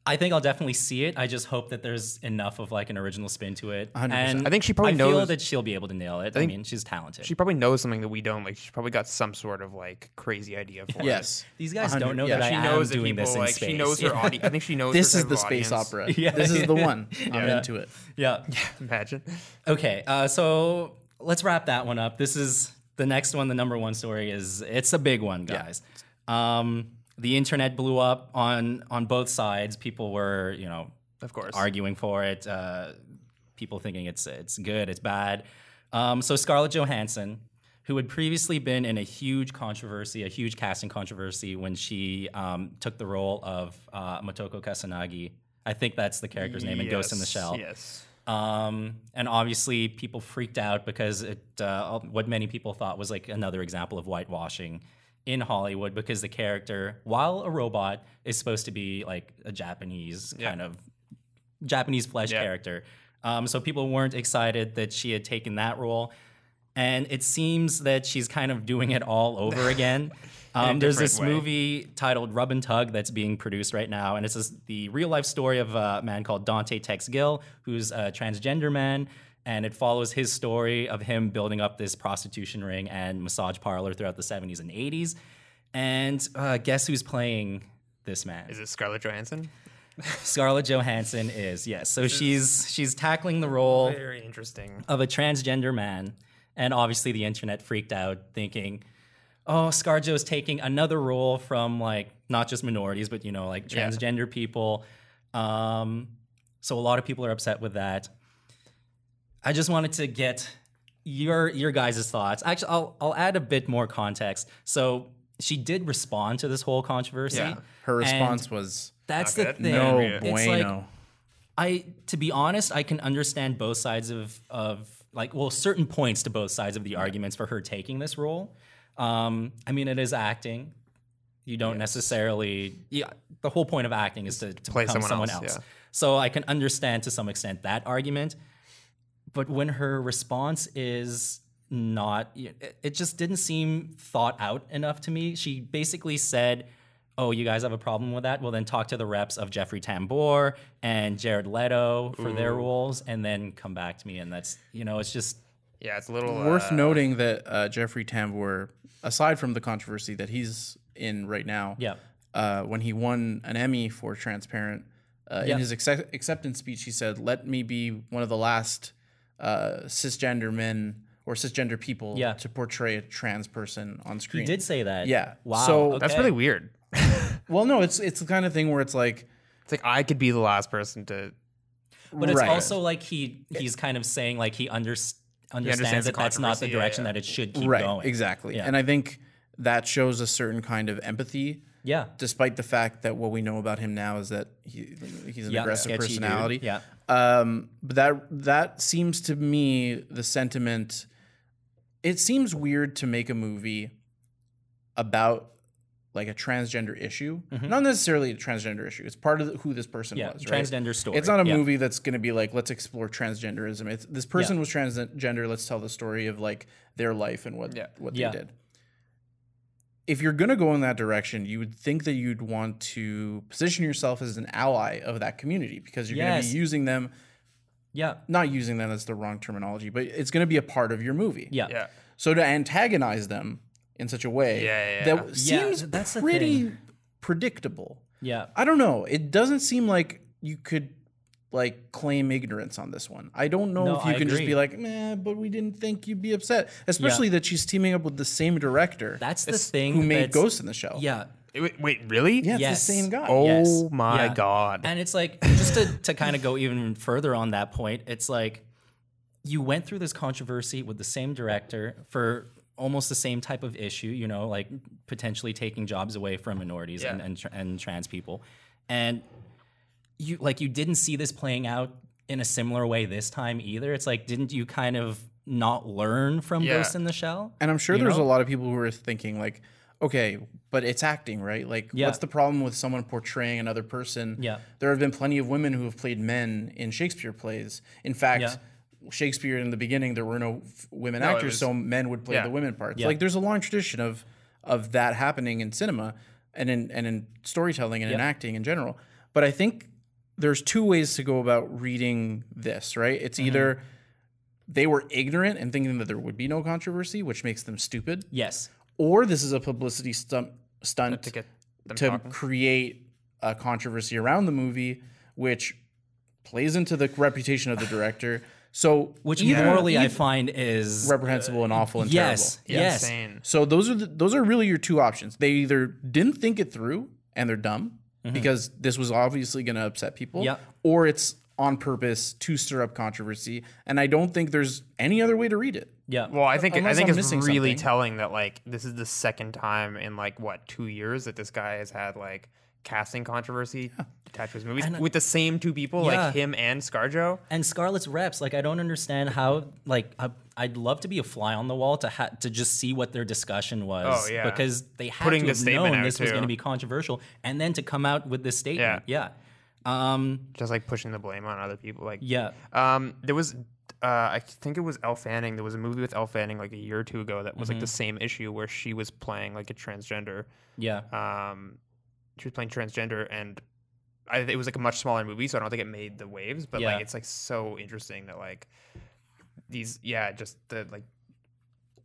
Speaker 1: I think I'll definitely see it. I just hope that there's enough of like an original spin to it. And
Speaker 2: I think she probably
Speaker 1: I feel
Speaker 2: knows-
Speaker 1: that she'll be able to nail it. I, mean, she's talented.
Speaker 2: she probably knows something that we don't. Like she probably got some sort of like crazy idea for it.
Speaker 3: yes.
Speaker 1: These guys
Speaker 3: 100
Speaker 1: don't know
Speaker 3: yeah.
Speaker 1: that
Speaker 3: She
Speaker 1: I am
Speaker 2: knows that
Speaker 1: doing
Speaker 2: people
Speaker 1: this in
Speaker 2: like
Speaker 1: space.
Speaker 2: she knows her audience. I think she knows.
Speaker 3: This
Speaker 2: her
Speaker 3: is
Speaker 2: type
Speaker 3: the
Speaker 2: of
Speaker 3: space
Speaker 2: audience.
Speaker 3: opera. This is the one. I'm into it.
Speaker 1: Yeah.
Speaker 2: Imagine.
Speaker 1: Okay. Uh, so let's wrap that one up. This is the next one. The number one story is it's a big one, guys. Um, the internet blew up on on both sides. People were, you know,
Speaker 2: Of course.
Speaker 1: arguing for it. Uh, people thinking it's it's good, it's bad. Um, so Scarlett Johansson, who had previously been in a huge controversy, a huge casting controversy when she um, took the role of uh, Motoko Kasanagi. I think that's the character's name in Ghost in the
Speaker 2: Yes,
Speaker 1: Shell.
Speaker 2: Yes.
Speaker 1: Um, and obviously, people freaked out because it, uh, what many people thought was like another example of whitewashing in Hollywood because the character, while a robot, is supposed to be like a Japanese kind of Japanese flesh
Speaker 2: Yeah.
Speaker 1: character. Um, so people weren't excited that she had taken that role. And it seems that she's kind of doing it all over again. Um, there's
Speaker 2: different
Speaker 1: this
Speaker 2: way.
Speaker 1: movie titled Rub and Tug that's being produced right now, and it's this, the real life story of a man called Dante Tex Gill, who's a transgender man, and it follows his story of him building up this prostitution ring and massage parlor throughout the 70s and 80s. And uh, guess who's playing this man?
Speaker 2: Is it Scarlett Johansson?
Speaker 1: Scarlett Johansson is yes. So she's she's tackling the role
Speaker 2: Very interesting.
Speaker 1: of a transgender man, and obviously the internet freaked out, thinking, "Oh, ScarJo's taking another role from like not just minorities, but you know, like transgender people." Um, so a lot of people are upset with that. I just wanted to get your your guys' thoughts. Actually, I'll I'll add a bit more context. So she did respond to this whole controversy.
Speaker 2: Yeah.
Speaker 3: Her
Speaker 1: and
Speaker 3: response was
Speaker 1: That's the
Speaker 2: Not good.
Speaker 1: thing.
Speaker 3: no
Speaker 1: It's like,
Speaker 3: bueno.
Speaker 1: I to be honest, I can understand both sides of of like well certain points to both sides of the arguments for her taking this role. Um, I mean, it is acting. You don't necessarily. Yeah, the whole point of acting is to, to
Speaker 2: play
Speaker 1: become someone,
Speaker 2: someone
Speaker 1: else.
Speaker 2: else, yeah.
Speaker 1: So I can understand to some extent that argument, but when her response is not, it it just didn't seem thought out enough to me. She basically said, "Oh, you guys have a problem with that? Well, then talk to the reps of Jeffrey Tambor and Jared Leto for their roles, and then come back to me." And that's you know, it's just
Speaker 2: Yeah, it's a little
Speaker 3: Worth
Speaker 2: uh,
Speaker 3: noting that uh, Jeffrey Tambor, aside from the controversy that he's in right now,
Speaker 1: yeah,
Speaker 3: uh, when he won an Emmy for Transparent, uh,
Speaker 1: Yeah.
Speaker 3: in his accept- acceptance speech, he said, "Let me be one of the last uh, cisgender men or cisgender people
Speaker 1: Yeah.
Speaker 3: to portray a trans person on screen."
Speaker 1: he did say that.
Speaker 3: Yeah.
Speaker 1: wow,
Speaker 3: So-
Speaker 2: That's
Speaker 1: okay.
Speaker 2: really weird.
Speaker 3: Well, no, it's it's the kind of thing where it's like,
Speaker 2: It's like I could be the last person to.
Speaker 1: But it's
Speaker 3: Right.
Speaker 1: also like he he's kind of saying like he under, understands,
Speaker 2: understands the
Speaker 1: that that's not the
Speaker 2: controversy, yeah,
Speaker 1: direction
Speaker 2: yeah.
Speaker 1: that it should keep
Speaker 3: right,
Speaker 1: going.
Speaker 3: exactly,
Speaker 1: Yeah.
Speaker 3: and I think that shows a certain kind of empathy.
Speaker 1: Yeah.
Speaker 3: Despite the fact that what we know about him now is that he, he's an
Speaker 1: Yeah,
Speaker 3: aggressive
Speaker 1: sketchy dude.
Speaker 3: personality,
Speaker 1: Yeah.
Speaker 3: Um, but that that seems to me the sentiment. It seems weird to make a movie about like a transgender issue, not necessarily a transgender issue. It's part of who this person
Speaker 1: Mm-hmm. Yeah,
Speaker 3: was. Right?
Speaker 1: transgender story,
Speaker 3: It's not a
Speaker 1: yeah.
Speaker 3: movie that's going to be like let's explore transgenderism. It's this person was transgender. Let's tell the story of like their life and what
Speaker 2: Yeah.
Speaker 3: what
Speaker 1: Yeah.
Speaker 3: they did. If you're going to go in that direction, you would think that you'd want to position yourself as an ally of that community because you're going to
Speaker 1: Yes.
Speaker 3: be using them
Speaker 1: Yeah.
Speaker 3: not using them as the wrong terminology, but it's going to be a part of your movie.
Speaker 1: Yeah.
Speaker 2: Yeah.
Speaker 3: So to antagonize them in such a way
Speaker 2: Yeah, yeah,
Speaker 3: that seems
Speaker 1: th- that's the
Speaker 3: pretty predictable.
Speaker 1: Yeah.
Speaker 3: I don't know. It doesn't seem like you could like claim ignorance on this one. I don't know
Speaker 1: No,
Speaker 3: if you
Speaker 1: I
Speaker 3: can just
Speaker 1: agree.
Speaker 3: be like, "Meh, but we didn't think you'd be upset." Especially that she's teaming up with the same director.
Speaker 1: That's the
Speaker 3: as-
Speaker 1: thing
Speaker 3: who made
Speaker 1: that's-
Speaker 3: Ghost in the Shell.
Speaker 2: Oh,
Speaker 1: Yeah.
Speaker 2: It- wait, wait, really?
Speaker 3: yeah, it's
Speaker 1: Yes.
Speaker 3: the same guy.
Speaker 2: Oh
Speaker 1: Yes.
Speaker 2: my
Speaker 1: Yeah.
Speaker 2: god.
Speaker 1: And it's like just to to kind of go even further on that point, it's like you went through this controversy with the same director for almost the same type of issue, you know, like potentially taking jobs away from minorities and
Speaker 2: Yeah.
Speaker 1: and, tr and trans people. And you like you didn't see this playing out in a similar way this time either. It's like didn't you kind of not learn from
Speaker 2: Yeah.
Speaker 1: Ghost in the Shell?
Speaker 3: And I'm sure
Speaker 1: You
Speaker 3: there's
Speaker 1: know?
Speaker 3: a lot of people who are thinking like, okay, but it's acting, right? Like,
Speaker 1: Yeah.
Speaker 3: what's the problem with someone portraying another person?
Speaker 1: Yeah.
Speaker 3: There have been plenty of women who have played men in Shakespeare plays. In fact, Shakespeare in the beginning there were no f- women
Speaker 2: it
Speaker 3: actors,
Speaker 2: was-
Speaker 3: so men would play
Speaker 2: yeah.
Speaker 3: the women parts. Like, there's a long tradition of of that happening in cinema and in and in storytelling and in acting in general. But I think there's two ways to go about reading this, right?
Speaker 2: Mm-hmm.
Speaker 3: It's either they were ignorant and thinking that there would be no controversy, which makes them stupid,
Speaker 1: Yes.
Speaker 3: or this is a publicity stunt stunt to,
Speaker 2: get them talking.
Speaker 3: create a controversy around the movie, which plays into the reputation of the director, So
Speaker 1: Which
Speaker 3: either-
Speaker 1: morally I
Speaker 3: either-
Speaker 1: find is
Speaker 3: reprehensible and awful and
Speaker 1: uh, yes,
Speaker 3: terrible.
Speaker 1: yes.
Speaker 2: Insane.
Speaker 3: So those are the, those are really your two options. They either didn't think it through and they're dumb
Speaker 1: Mm-hmm.
Speaker 3: because this was obviously going to upset people,
Speaker 1: Yep.
Speaker 3: or it's on purpose to stir up controversy. And I don't think there's any other way to read it.
Speaker 1: Yeah.
Speaker 2: Well, I think I
Speaker 3: Unless
Speaker 2: think
Speaker 3: I'm
Speaker 2: it's
Speaker 3: missing
Speaker 2: really
Speaker 3: something.
Speaker 2: telling that like this is the second time in like what two years that this guy has had like casting controversy attached to his movies with the same two people,
Speaker 1: Yeah.
Speaker 2: like him and ScarJo.
Speaker 1: and Scarlett's reps, like I don't understand how. Like I, I'd love to be a fly on the wall to ha- to just see what their discussion was.
Speaker 2: Oh, yeah.
Speaker 1: Because they had
Speaker 2: Putting
Speaker 1: to
Speaker 2: the
Speaker 1: have
Speaker 2: statement
Speaker 1: known
Speaker 2: out,
Speaker 1: this was
Speaker 2: too.
Speaker 1: going to be controversial, and then to come out with this statement. Yeah. Um.
Speaker 2: just like pushing the blame on other people. Like
Speaker 1: Yeah.
Speaker 2: um, there was uh, I think it was Elle Fanning. There was a movie with Elle Fanning like a year or two ago that was
Speaker 1: Mm-hmm.
Speaker 2: like the same issue where she was playing like a transgender.
Speaker 1: Yeah.
Speaker 2: Um, she was playing transgender, and I, it was like a much smaller movie, so I don't think it made the waves. But
Speaker 1: Yeah.
Speaker 2: like it's like so interesting that like these yeah just the like.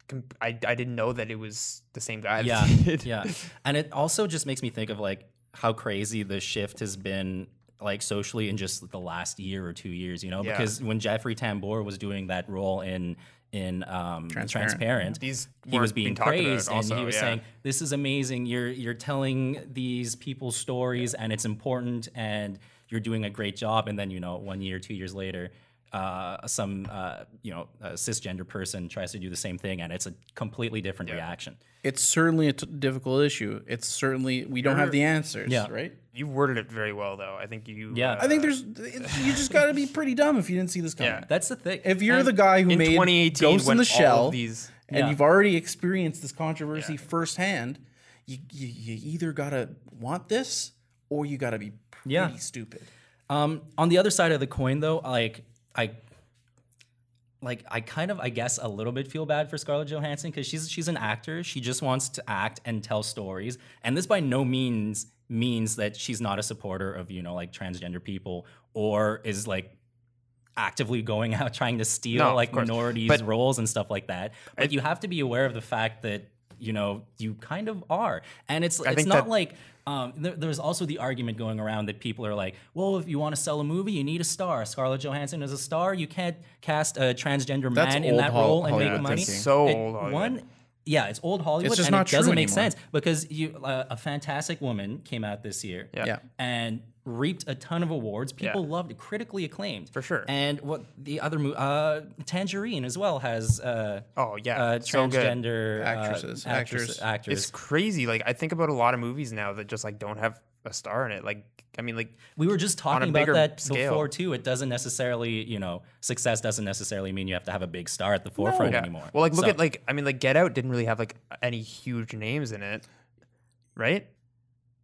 Speaker 2: com- I, I didn't know that it was the same guy. that
Speaker 1: yeah
Speaker 2: did it.
Speaker 1: yeah and it also just makes me think of like how crazy the shift has been like socially in just the last year or two years you know
Speaker 2: Yeah.
Speaker 1: because when jeffrey tambor was doing that role in in um, transparent,
Speaker 2: These
Speaker 1: he was
Speaker 2: weren't
Speaker 1: being
Speaker 2: being talked about
Speaker 1: praised and
Speaker 2: also,
Speaker 1: he was
Speaker 2: yeah.
Speaker 1: saying this is amazing you're you're telling these people stories and it's important and you're doing a great job and then you know one year two years later uh, some uh, you know a cisgender person tries to do the same thing and it's a completely different reaction
Speaker 3: It's certainly a t- difficult issue. It's certainly we don't have the answers,
Speaker 1: Yeah.
Speaker 3: right?
Speaker 2: You worded it very well, though. I think you.
Speaker 1: Yeah.
Speaker 3: I think there's it's, you just got to be pretty dumb if you didn't see this coming.
Speaker 1: That's the thing.
Speaker 3: If you're the guy who
Speaker 2: in
Speaker 3: made
Speaker 2: 2018
Speaker 3: Ghost in
Speaker 2: when
Speaker 3: the
Speaker 2: all
Speaker 3: Shell,
Speaker 2: of these-
Speaker 3: and
Speaker 1: Yeah.
Speaker 3: you've already experienced this controversy firsthand, you, you you either gotta want this or you gotta be pretty
Speaker 1: Yeah.
Speaker 3: stupid.
Speaker 1: um, on the other side of the coin, though, like I, like I kind of, I guess, a little bit feel bad for Scarlett Johansson because she's she's an actor. She just wants to act and tell stories, and this by no means means that she's not a supporter of you know like transgender people or is like actively going out trying to steal
Speaker 2: No, of
Speaker 1: like
Speaker 2: course.
Speaker 1: minorities
Speaker 2: But-
Speaker 1: roles and stuff like that. But you have to be aware of the fact that you know you kind of are, and it's it's
Speaker 2: think
Speaker 1: not
Speaker 2: that-
Speaker 1: like um, there, there's also the argument going around that people are like, well, if you want to sell a movie, you need a star. Scarlett Johansson is a star. You can't cast a transgender
Speaker 3: That's
Speaker 1: man in
Speaker 3: old
Speaker 1: that
Speaker 3: Hol-
Speaker 1: role and make
Speaker 3: Hollywood
Speaker 1: money.
Speaker 3: thinking.
Speaker 2: So
Speaker 1: It-
Speaker 2: old Hollywood.
Speaker 1: One, yeah, it's old Hollywood,
Speaker 3: just
Speaker 1: and
Speaker 3: not
Speaker 1: it
Speaker 3: true
Speaker 1: doesn't make
Speaker 3: anymore.
Speaker 1: sense because you uh, a fantastic woman came out this year
Speaker 3: Yeah.
Speaker 1: and reaped a ton of awards. People
Speaker 2: Yeah.
Speaker 1: loved it, critically acclaimed. For
Speaker 2: sure.
Speaker 1: And what the other movie, uh, Tangerine as well has uh,
Speaker 2: Oh yeah.
Speaker 1: uh,
Speaker 2: so good.
Speaker 1: transgender uh,
Speaker 3: Actresses,
Speaker 1: actress-
Speaker 3: actors.
Speaker 1: actors.
Speaker 2: It's crazy. Like I think about a lot of movies now that just like don't have a star in it. Like I mean, like
Speaker 1: we were just talking about
Speaker 2: bigger
Speaker 1: that
Speaker 2: scale.
Speaker 1: before too. It doesn't necessarily, you know, success doesn't necessarily mean you have to have a big star at the forefront
Speaker 2: yeah.
Speaker 1: anymore.
Speaker 2: Well, like look
Speaker 1: So-
Speaker 2: at like I mean, like Get Out didn't really have like any huge names in it, right?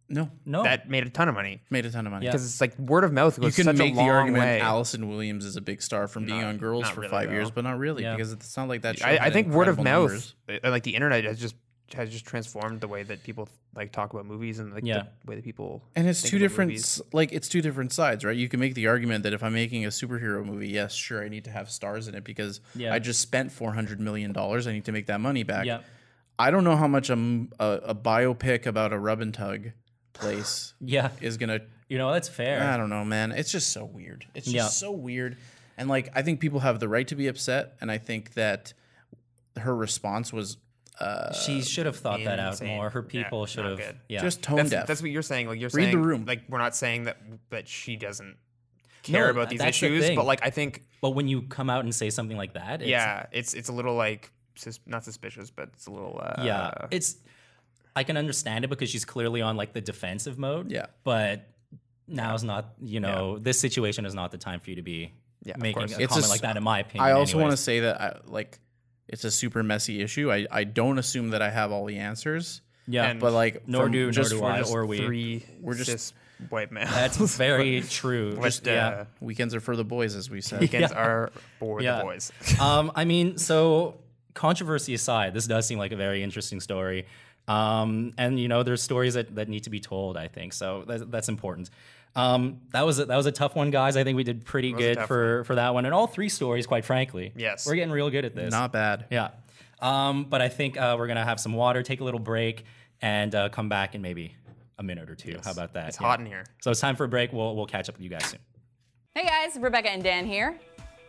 Speaker 3: No,
Speaker 1: no,
Speaker 2: That made a ton of money
Speaker 3: made a ton of money.
Speaker 2: because it's like word of mouth
Speaker 3: You
Speaker 2: goes
Speaker 3: can
Speaker 2: such
Speaker 3: make
Speaker 2: a
Speaker 3: the
Speaker 2: long
Speaker 3: argument
Speaker 2: way.
Speaker 3: Allison Williams is a big star from being on Girls
Speaker 2: not
Speaker 3: for
Speaker 2: really,
Speaker 3: five years,
Speaker 2: though.
Speaker 3: but not really
Speaker 1: Yeah.
Speaker 3: because it's not like that. Show
Speaker 2: I, I
Speaker 3: had
Speaker 2: think word of
Speaker 3: incredible
Speaker 2: mouth,
Speaker 3: numbers.
Speaker 2: uh, like the internet, has just has just transformed the way that people like talk about movies and like
Speaker 1: Yeah.
Speaker 2: the way that people
Speaker 3: and it's
Speaker 2: think
Speaker 3: two
Speaker 2: about
Speaker 3: different
Speaker 2: movies.
Speaker 3: s- like it's two different sides right you can make the argument that if i'm making a superhero movie yes sure i need to have stars in it because
Speaker 1: Yeah.
Speaker 3: i just spent 400 million dollars i need to make that money back
Speaker 1: Yeah.
Speaker 3: i don't know how much a, m- a- a biopic about a rub and tug place
Speaker 1: yeah,
Speaker 3: is gonna
Speaker 1: you know, that's fair.
Speaker 3: i don't know man it's just so weird it's just
Speaker 1: Yeah.
Speaker 3: so weird and like i think people have the right to be upset and i think that her response was
Speaker 1: she should have thought that out
Speaker 2: insane.
Speaker 1: more. Her
Speaker 2: Yeah,
Speaker 1: people should
Speaker 2: not
Speaker 1: have.
Speaker 2: good.
Speaker 1: Yeah,
Speaker 3: just tone
Speaker 2: That's,
Speaker 3: deaf
Speaker 2: that's what you're saying. Like you're
Speaker 3: Read the
Speaker 2: saying,
Speaker 3: room.
Speaker 2: Like we're not saying that that she doesn't care
Speaker 1: No,
Speaker 3: uh,
Speaker 2: about these
Speaker 1: that's the
Speaker 2: issues,
Speaker 1: thing.
Speaker 2: but like I think
Speaker 1: but when you come out and say something like that, it's,
Speaker 2: yeah, it's it's a little like sus- not suspicious, but it's a little uh,
Speaker 1: yeah, it's. I can understand it because she's clearly on like the defensive mode.
Speaker 3: Yeah.
Speaker 1: but now's not. You know, this situation is not the time for you to be
Speaker 2: Yeah, of
Speaker 1: making a
Speaker 2: course.
Speaker 1: comment
Speaker 2: It's
Speaker 3: a
Speaker 1: like
Speaker 3: s-
Speaker 1: that. In my opinion,
Speaker 3: I also want to
Speaker 1: anyways.
Speaker 3: say that I like it's a super messy issue. I, I don't assume that I have all the answers.
Speaker 1: Yeah,
Speaker 2: and-
Speaker 3: But like
Speaker 1: nor
Speaker 3: from-
Speaker 1: do nor
Speaker 3: just
Speaker 1: do
Speaker 3: for
Speaker 1: I
Speaker 3: just
Speaker 1: or we.
Speaker 2: three.
Speaker 3: we're just-
Speaker 2: cis white males.
Speaker 1: That's very true.
Speaker 2: Just, uh,
Speaker 3: weekends are for the boys, as we said.
Speaker 2: Weekends are for
Speaker 1: Yeah.
Speaker 2: the boys.
Speaker 1: um, I mean, so controversy aside, this does seem like a very interesting story. Um, and you know, there's stories that, that need to be told. I think so. That, that's important. Um, that was a, that was a tough one, guys. I think we did pretty good
Speaker 2: tough
Speaker 1: for for that one, and all three stories, quite frankly.
Speaker 2: Yes.
Speaker 1: we're getting real good at this.
Speaker 3: Not bad.
Speaker 1: yeah. Um, but I think uh, we're gonna have some water, take a little break, and uh, come back in maybe a minute or two. How about that?
Speaker 2: It's hot in here.
Speaker 1: So it's time for a break. We'll we'll catch up with you guys soon.
Speaker 4: Hey guys, Rebecca and Dan here.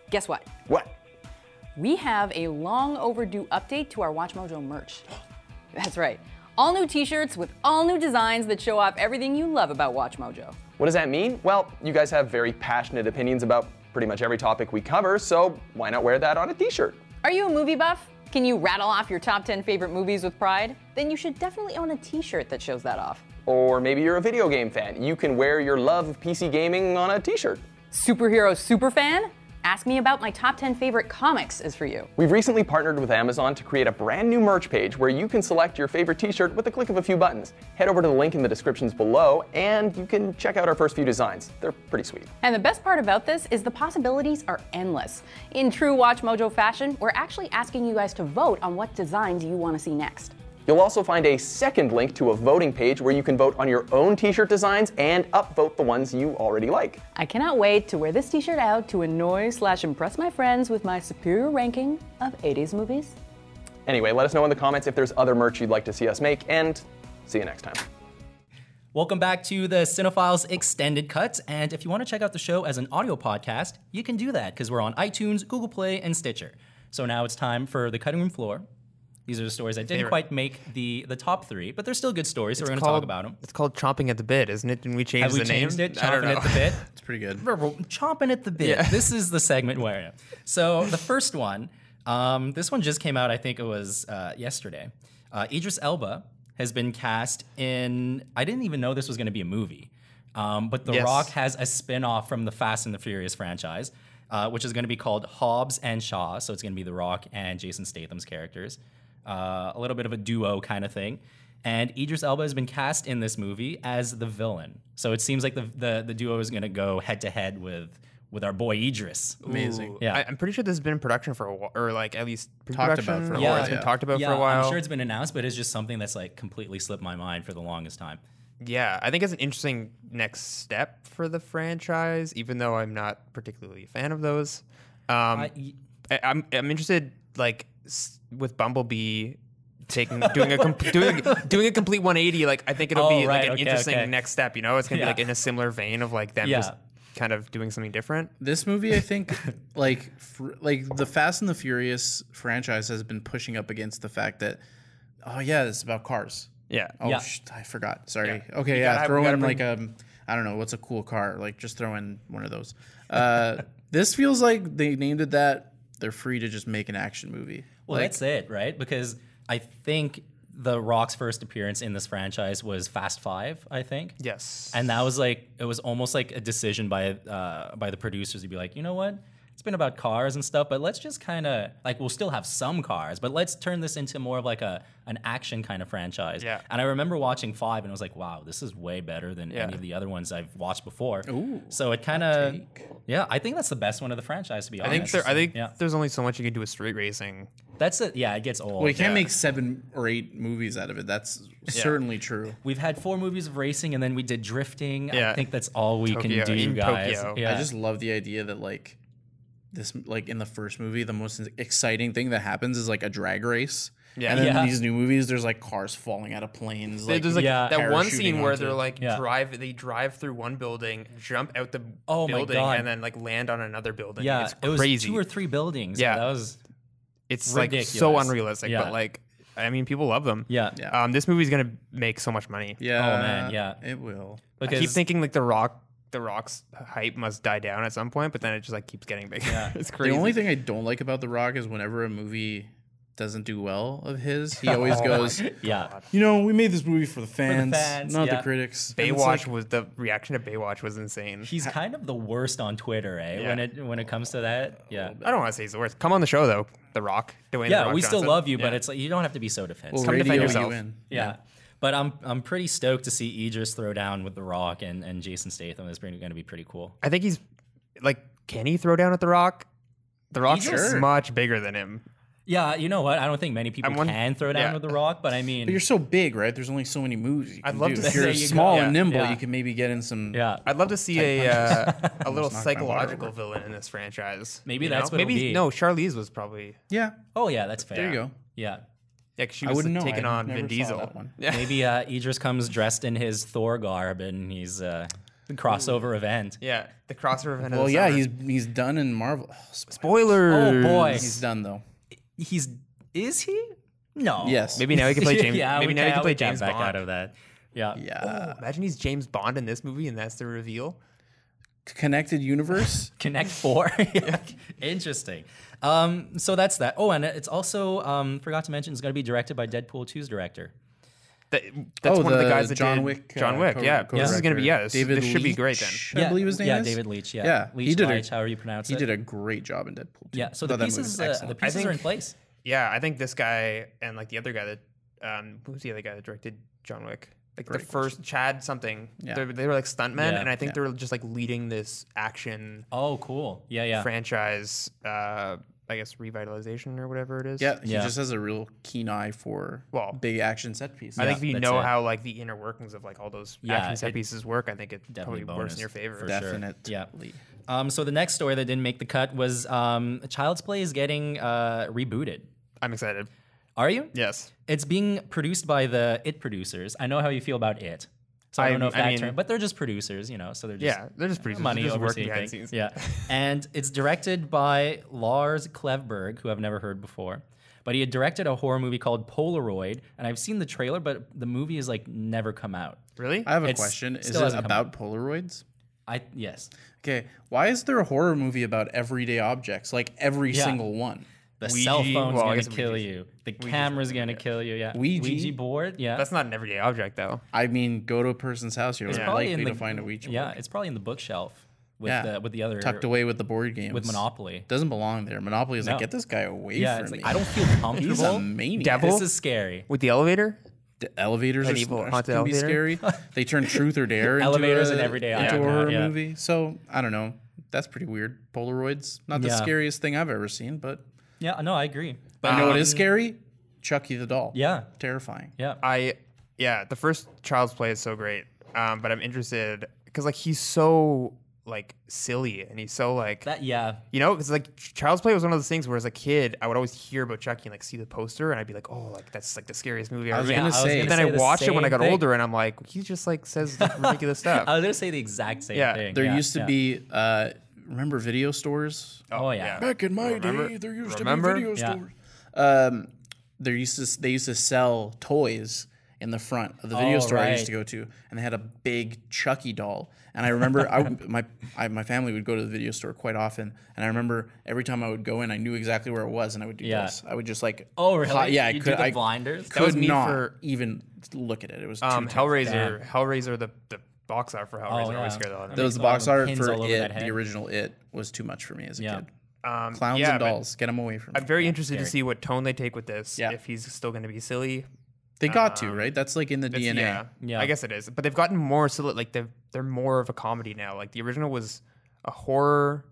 Speaker 4: Guess what?
Speaker 5: What?
Speaker 4: We have a long overdue update to our WatchMojo merch. That's right. All new t shirts with all new designs that show off everything you love about WatchMojo.
Speaker 5: What does that mean? Well, you guys have very passionate opinions about pretty much every topic we cover, so why not wear that on a t shirt?
Speaker 4: Are you a movie buff? Can you rattle off your top 10 favorite movies with pride? Then you should definitely own a t shirt that shows that off.
Speaker 5: Or maybe you're a video game fan. You can wear your love of PC gaming on a t shirt.
Speaker 4: Superhero superfan? Ask me about my top 10 favorite comics is for you.
Speaker 5: We've recently partnered with Amazon to create a brand new merch page where you can select your favorite t shirt with the click of a few buttons. Head over to the link in the descriptions below and you can check out our first few designs. They're pretty sweet.
Speaker 4: And the best part about this is the possibilities are endless. In true Watch Mojo fashion, we're actually asking you guys to vote on what designs you want to see next.
Speaker 5: You'll also find a second link to a voting page where you can vote on your own t shirt designs and upvote the ones you already like.
Speaker 4: I cannot wait to wear this t-shirt out to annoy slash impress my friends with my superior ranking of 80s movies.
Speaker 5: Anyway, let us know in the comments if there's other merch you'd like to see us make, and see you next time.
Speaker 1: Welcome back to the Cinephiles Extended Cut. And if you want to check out the show as an audio podcast, you can do that because we're on iTunes, Google Play, and Stitcher. So now it's time for the cutting room floor. These are the stories that didn't
Speaker 2: Favorite.
Speaker 1: quite make the the top three, but they're still good stories, so we're going to talk
Speaker 2: called-
Speaker 1: about them.
Speaker 2: It's called chomping at the bit, isn't it? Didn't we change
Speaker 1: Have
Speaker 2: the
Speaker 1: we
Speaker 2: name?
Speaker 1: changed it?
Speaker 2: I don't
Speaker 1: Chomping at
Speaker 2: know.
Speaker 1: the bit?
Speaker 3: It's pretty good.
Speaker 1: chomping at the bit. This is the segment where. So the first one, um, this one just came out. I think it was uh, yesterday. Uh, Idris Elba has been cast in. I didn't even know this was going to be a movie, um, but The
Speaker 2: Yes.
Speaker 1: Rock has a spin-off from the Fast and the Furious franchise, uh, which is going to be called Hobbs and Shaw. So it's going to be The Rock and Jason Statham's characters, uh, a little bit of a duo kind of thing. And Idris Elba has been cast in this movie as the villain. So it seems like the the, the duo is going to go head to head with with our boy Idris.
Speaker 3: Amazing.
Speaker 1: Yeah.
Speaker 2: I, I'm pretty sure this has been in production for a while, or like at least
Speaker 3: about
Speaker 2: pre-production,
Speaker 3: for a
Speaker 2: or
Speaker 3: while,
Speaker 2: it's been
Speaker 3: yeah.
Speaker 2: talked about
Speaker 1: yeah,
Speaker 2: for a while.
Speaker 1: I'm sure it's been announced, but it's just something that's like completely slipped my mind for the longest time.
Speaker 2: yeah, I think it's an interesting next step for the franchise, even though I'm not particularly a fan of those. Um,
Speaker 1: I- y-
Speaker 2: I, I'm I'm interested like s- with Bumblebee taking doing a com- doing doing a complete 180. Like I think it'll
Speaker 1: Oh, right,
Speaker 2: be like an
Speaker 1: okay,
Speaker 2: interesting
Speaker 1: okay.
Speaker 2: next step. You know, it's gonna
Speaker 1: Yeah.
Speaker 2: be like in a similar vein of like them
Speaker 1: Yeah.
Speaker 2: just kind of doing something different.
Speaker 3: This movie, I think, like fr- like the Fast and the Furious franchise has been pushing up against the fact that, oh yeah, it's about cars.
Speaker 2: Yeah.
Speaker 3: Oh,
Speaker 1: Yeah.
Speaker 3: sh- I forgot. Sorry. Okay, yeah.
Speaker 2: gotta have-
Speaker 3: throw
Speaker 2: we
Speaker 3: in
Speaker 2: gotta
Speaker 3: like um, I don't know, what's a cool car? Like just throw in one of those. Uh, this feels like they named it that. They're free to just make an action movie.
Speaker 1: Well, that's it, right? Because I think the Rock's first appearance in this franchise was Fast Five, I think.
Speaker 2: Yes.
Speaker 1: And that was like it was almost like a decision by uh, by the producers to be like, you know what? It's been about cars and stuff, but let's just kind of like we'll still have some cars, but let's turn this into more of like a an action kind of franchise.
Speaker 2: Yeah.
Speaker 1: And I remember watching Five, and I was like, wow, this is way better than any of the other ones I've watched before. Ooh. So it kind of, yeah, I think that's the best one of the franchise to be
Speaker 2: I
Speaker 1: honest.
Speaker 2: think there, I think
Speaker 1: yeah,
Speaker 2: there's only so much you can do with street racing.
Speaker 1: that's it. Yeah, it gets old.
Speaker 3: Well, you can't make seven or eight movies out of it. That's certainly true.
Speaker 1: We've had four movies of racing, and then we did drifting. I
Speaker 2: Yeah.
Speaker 1: think that's all we
Speaker 2: Tokyo,
Speaker 1: can do,
Speaker 2: in
Speaker 1: guys.
Speaker 2: Tokyo.
Speaker 1: Yeah.
Speaker 3: I just love the idea that like this like in the first movie the most exciting thing that happens is like a drag race.
Speaker 2: Yeah.
Speaker 3: And then
Speaker 1: Yeah.
Speaker 3: in these new movies there's like cars falling out of planes like,
Speaker 2: there's like
Speaker 1: Yeah.
Speaker 2: that one
Speaker 3: parachuting
Speaker 2: scene where
Speaker 3: onto-
Speaker 2: they're like
Speaker 1: Yeah.
Speaker 2: drive they drive through one building, jump out the
Speaker 1: Oh my
Speaker 2: building,
Speaker 1: God.
Speaker 2: and then like land on another building.
Speaker 1: Yeah,
Speaker 2: it's
Speaker 1: it was
Speaker 2: crazy.
Speaker 1: two or three buildings.
Speaker 2: Yeah.
Speaker 1: that was
Speaker 2: it's like so
Speaker 1: ridiculous.
Speaker 2: unrealistic,
Speaker 1: Yeah.
Speaker 2: but like I mean, people love them.
Speaker 1: yeah.
Speaker 3: Yeah.
Speaker 2: Um, this movie's gonna make so much money.
Speaker 3: yeah,
Speaker 1: Oh, man, yeah.
Speaker 3: It will.
Speaker 1: Because
Speaker 2: I keep thinking like the rock, the rock's hype must die down at some point, but then it just like keeps getting bigger. it's
Speaker 3: The
Speaker 2: crazy.
Speaker 3: only thing I don't like about The Rock is whenever a movie doesn't do well of his, he always goes,
Speaker 1: yeah,
Speaker 3: Oh, "You know, we made this movie for the fans,
Speaker 1: fans,
Speaker 3: not
Speaker 1: yeah.
Speaker 3: the critics." And it's like,
Speaker 2: Baywatch was the reaction to Baywatch was insane.
Speaker 1: he's kind of the worst on Twitter, eh? When
Speaker 2: Yeah.
Speaker 1: it when it comes to that, yeah,
Speaker 2: I don't want to say he's the worst. Come on the show though, The Rock, Dwayne.
Speaker 1: yeah.
Speaker 2: the Rock
Speaker 1: we still
Speaker 2: Johnson.
Speaker 1: love you, but
Speaker 2: Yeah.
Speaker 1: it's like you don't have to be so defensive.
Speaker 3: We'll
Speaker 2: Come defend
Speaker 3: radio
Speaker 2: yourself.
Speaker 3: you in.
Speaker 1: yeah. But I'm I'm pretty stoked to see Idris throw down with The Rock and, and Jason Statham. It's going to be pretty cool.
Speaker 2: I think he's like, can he throw down at The Rock? The Rock's
Speaker 3: Sure.
Speaker 2: just much bigger than him.
Speaker 1: Yeah, you know what? I don't think many people
Speaker 2: I'm won-
Speaker 1: can throw down
Speaker 2: yeah.
Speaker 1: with The Rock, but I mean,
Speaker 3: But you're so big, right? There's only so many moves you can
Speaker 2: I'd love
Speaker 3: do.
Speaker 2: to
Speaker 3: if you're
Speaker 1: see- There you
Speaker 3: small
Speaker 2: go.
Speaker 3: and
Speaker 2: Yeah,
Speaker 3: nimble,
Speaker 1: yeah.
Speaker 3: you can maybe get in some.
Speaker 1: yeah.
Speaker 2: I'd love to see a uh, a little
Speaker 3: knocked my water
Speaker 2: psychological villain in this franchise.
Speaker 1: Maybe
Speaker 2: you
Speaker 1: that's what it'll
Speaker 2: maybe
Speaker 1: be.
Speaker 2: no. Charlize was probably
Speaker 3: yeah.
Speaker 1: Oh yeah, that's fair.
Speaker 3: There you go.
Speaker 1: Yeah.
Speaker 2: like she
Speaker 3: I
Speaker 2: was
Speaker 3: wouldn't know.
Speaker 2: taking
Speaker 3: I
Speaker 2: on
Speaker 3: never
Speaker 2: Vin
Speaker 3: saw
Speaker 2: Diesel.
Speaker 3: that one.
Speaker 1: Maybe uh, Idris comes dressed in his Thor garb and he's uh, crossover event.
Speaker 2: Yeah, the crossover event.
Speaker 3: Well,
Speaker 2: of the
Speaker 3: yeah,
Speaker 2: summer.
Speaker 3: he's he's done in Marvel. Oh, sp-
Speaker 2: spoilers.
Speaker 1: Oh, boy.
Speaker 3: he's done though.
Speaker 1: He's is he? No.
Speaker 3: Yes.
Speaker 2: Maybe now he can play James.
Speaker 1: yeah,
Speaker 2: maybe
Speaker 1: we
Speaker 2: now he
Speaker 1: ca-
Speaker 2: can play
Speaker 1: we got
Speaker 2: James
Speaker 1: back
Speaker 2: Bond.
Speaker 1: out of that. Yeah.
Speaker 3: Yeah.
Speaker 2: Imagine he's James Bond in this movie, and that's the reveal.
Speaker 3: Connected universe.
Speaker 1: Connect Four. Yeah. Interesting. Um, so that's that. Oh, and it's also um, forgot to mention it's going to be directed by Deadpool 2's director.
Speaker 2: That, that's
Speaker 3: Oh,
Speaker 2: one of the guys that
Speaker 3: John
Speaker 2: did
Speaker 3: Wick.
Speaker 2: John
Speaker 3: uh,
Speaker 2: Wick.
Speaker 3: co-
Speaker 2: yeah, this is gonna be
Speaker 3: co-director.
Speaker 2: yeah. This,
Speaker 3: David
Speaker 2: this should be great then.
Speaker 3: Leitch,
Speaker 1: Yeah,
Speaker 3: I believe his name
Speaker 1: yeah,
Speaker 3: is.
Speaker 1: David Leitch. Yeah,
Speaker 3: Yeah,
Speaker 1: Leitch,
Speaker 3: he did a-
Speaker 1: Leitch, however you pronounce
Speaker 3: He
Speaker 1: it.
Speaker 3: did a great job in Deadpool. too.
Speaker 1: yeah. So
Speaker 3: Thought
Speaker 1: the
Speaker 3: that movie
Speaker 1: pieces,
Speaker 3: was
Speaker 1: uh,
Speaker 3: excellent.
Speaker 1: the pieces are in
Speaker 2: think-
Speaker 1: place.
Speaker 2: Yeah, I think this guy and like the other guy that um, who's the other guy that directed John Wick? Like the first Chad something.
Speaker 3: Yeah.
Speaker 2: They're- They were like stuntmen,
Speaker 1: Yeah.
Speaker 2: and I think they were just like leading this action
Speaker 1: Oh, cool. Yeah, yeah.
Speaker 2: franchise. Uh, I guess revitalization or whatever it is.
Speaker 3: Yeah, he
Speaker 1: Yeah.
Speaker 3: just has a real keen eye for
Speaker 2: Well,
Speaker 3: big action set pieces.
Speaker 2: I think if you
Speaker 1: that's
Speaker 2: know
Speaker 1: it.
Speaker 2: how like the inner workings of like all those
Speaker 1: Yeah,
Speaker 2: action set
Speaker 1: it-
Speaker 2: pieces work, I think it probably
Speaker 1: definitely
Speaker 2: works
Speaker 1: bonus,
Speaker 2: in your favor.
Speaker 1: for sure.
Speaker 3: definitely.
Speaker 1: Yeah. Um, so the next story that didn't make the cut was um, Child's Play is getting uh, rebooted.
Speaker 2: I'm excited.
Speaker 1: Are you?
Speaker 2: Yes.
Speaker 1: It's being produced by the It producers. I know how you feel about It. So I,
Speaker 2: I-
Speaker 1: don't know if
Speaker 2: I
Speaker 1: that
Speaker 2: mean-
Speaker 1: term, but they're just producers, you know. So they're just
Speaker 2: Yeah, they're just producers.
Speaker 1: money
Speaker 2: Money just working
Speaker 1: overseeing
Speaker 2: behind the
Speaker 1: things.
Speaker 2: scenes.
Speaker 1: Yeah, and it's directed by Lars Klevberg, who I've never heard before. But he had directed a horror movie called Polaroid, and I've seen the trailer, but the movie has like never come out.
Speaker 2: Really?
Speaker 3: I have a
Speaker 1: It's-
Speaker 3: question. Is
Speaker 1: still
Speaker 3: it
Speaker 1: hasn't come
Speaker 3: about Polaroids?
Speaker 1: I yes,
Speaker 3: Okay, why is there a horror movie about everyday objects, like every
Speaker 1: Yeah.
Speaker 3: single one?
Speaker 1: the
Speaker 2: Ouija-
Speaker 1: cell phone's
Speaker 2: well, I
Speaker 1: gonna
Speaker 2: guess
Speaker 1: kill
Speaker 2: Ouija's-
Speaker 1: you. The camera's gonna kill you. Yeah,
Speaker 3: Ouija?
Speaker 1: board. Yeah,
Speaker 2: That's not an everyday object though.
Speaker 3: I mean, go to a person's house, you're
Speaker 1: probably
Speaker 3: likely
Speaker 1: in
Speaker 3: to
Speaker 1: the-
Speaker 3: find a Ouija
Speaker 1: yeah.
Speaker 3: board
Speaker 1: It's probably in the bookshelf with
Speaker 3: Yeah.
Speaker 1: the with the other
Speaker 3: tucked away with the board games.
Speaker 1: with Monopoly.
Speaker 3: doesn't belong there. Monopoly is
Speaker 1: No.
Speaker 3: like get this guy away
Speaker 1: Yeah,
Speaker 3: from
Speaker 1: it's like
Speaker 3: me.
Speaker 1: I don't feel
Speaker 3: He's a
Speaker 1: comfortable.
Speaker 3: maniac.
Speaker 2: Devil.
Speaker 1: This is scary.
Speaker 2: With the elevator?
Speaker 3: The elevators are,
Speaker 2: evil
Speaker 3: are
Speaker 2: haunted
Speaker 3: can be
Speaker 2: elevator.
Speaker 3: scary. They turn Truth or Dare into
Speaker 1: Elevators
Speaker 3: a,
Speaker 1: and everyday
Speaker 3: into a
Speaker 1: object,
Speaker 3: horror
Speaker 1: yeah.
Speaker 3: movie. So I don't know. That's pretty weird. Polaroids, not the
Speaker 1: Yeah.
Speaker 3: scariest thing I've ever seen, but
Speaker 1: Yeah, no, I agree.
Speaker 3: but you know what is scary? Chucky the doll.
Speaker 1: Um, Yeah.
Speaker 3: terrifying.
Speaker 1: Yeah,
Speaker 2: I yeah, the first Child's Play is so great, um, but I'm interested because like he's so like silly and he's so like
Speaker 1: that yeah.
Speaker 2: you know because like Ch- Child's Play was one of those things where as a kid I would always hear about Chucky and like see the poster and I'd be like oh like that's like the scariest movie I
Speaker 3: was
Speaker 2: ever seen.
Speaker 3: gonna
Speaker 2: But
Speaker 3: say-
Speaker 2: then
Speaker 1: say
Speaker 2: I
Speaker 1: the
Speaker 2: watched it when I
Speaker 1: same
Speaker 2: got
Speaker 1: thing.
Speaker 2: older and I'm like he just like says like, ridiculous stuff.
Speaker 1: I was gonna say the exact same
Speaker 2: Yeah,
Speaker 1: thing.
Speaker 3: There
Speaker 1: yeah,
Speaker 3: used to
Speaker 1: yeah.
Speaker 3: be, uh, remember video stores?
Speaker 1: Oh yeah.
Speaker 3: Back in my
Speaker 2: Remember-
Speaker 3: day, there used
Speaker 2: remember?
Speaker 3: to be video
Speaker 1: Yeah.
Speaker 3: stores. Um, there used to they used to sell toys in the front of the video
Speaker 1: Oh,
Speaker 3: store I used
Speaker 1: right.
Speaker 3: to go to, and they had a big Chucky doll. And I remember I would- my I, my family would go to the video store quite often, and I remember every time I would go in, I knew exactly where it was, and I would do
Speaker 1: Yeah.
Speaker 3: this. I would just like
Speaker 1: Oh, really?
Speaker 3: hi- yeah, I
Speaker 1: You
Speaker 3: could
Speaker 1: did the
Speaker 3: I
Speaker 1: blinders? That
Speaker 3: could
Speaker 2: was me
Speaker 3: not
Speaker 2: for-
Speaker 3: even look at it. It was too
Speaker 2: Um,
Speaker 3: terrifying.
Speaker 2: Hellraiser, Hellraiser, the the box art for Hellraiser
Speaker 1: Oh, yeah.
Speaker 2: always scared the hell out of
Speaker 3: That
Speaker 2: me.
Speaker 3: was the
Speaker 1: all
Speaker 3: box
Speaker 1: the
Speaker 3: art
Speaker 1: um, pins
Speaker 3: for
Speaker 1: all over that
Speaker 3: it. The
Speaker 1: head.
Speaker 3: original it was too much for me as a
Speaker 1: Yeah.
Speaker 3: kid. Clowns
Speaker 2: yeah, but-
Speaker 3: and dolls, get them away from me.
Speaker 2: I'm very interested to
Speaker 1: scary.
Speaker 2: see what tone they take with this.
Speaker 3: Yeah.
Speaker 2: If he's still going to be silly,
Speaker 3: They got to right. That's like in the
Speaker 2: It's-
Speaker 3: DNA.
Speaker 2: Um, Yeah,
Speaker 1: Yeah.
Speaker 2: I guess it is. But they've gotten more so like they're they're more of a comedy now. Like the original was a horror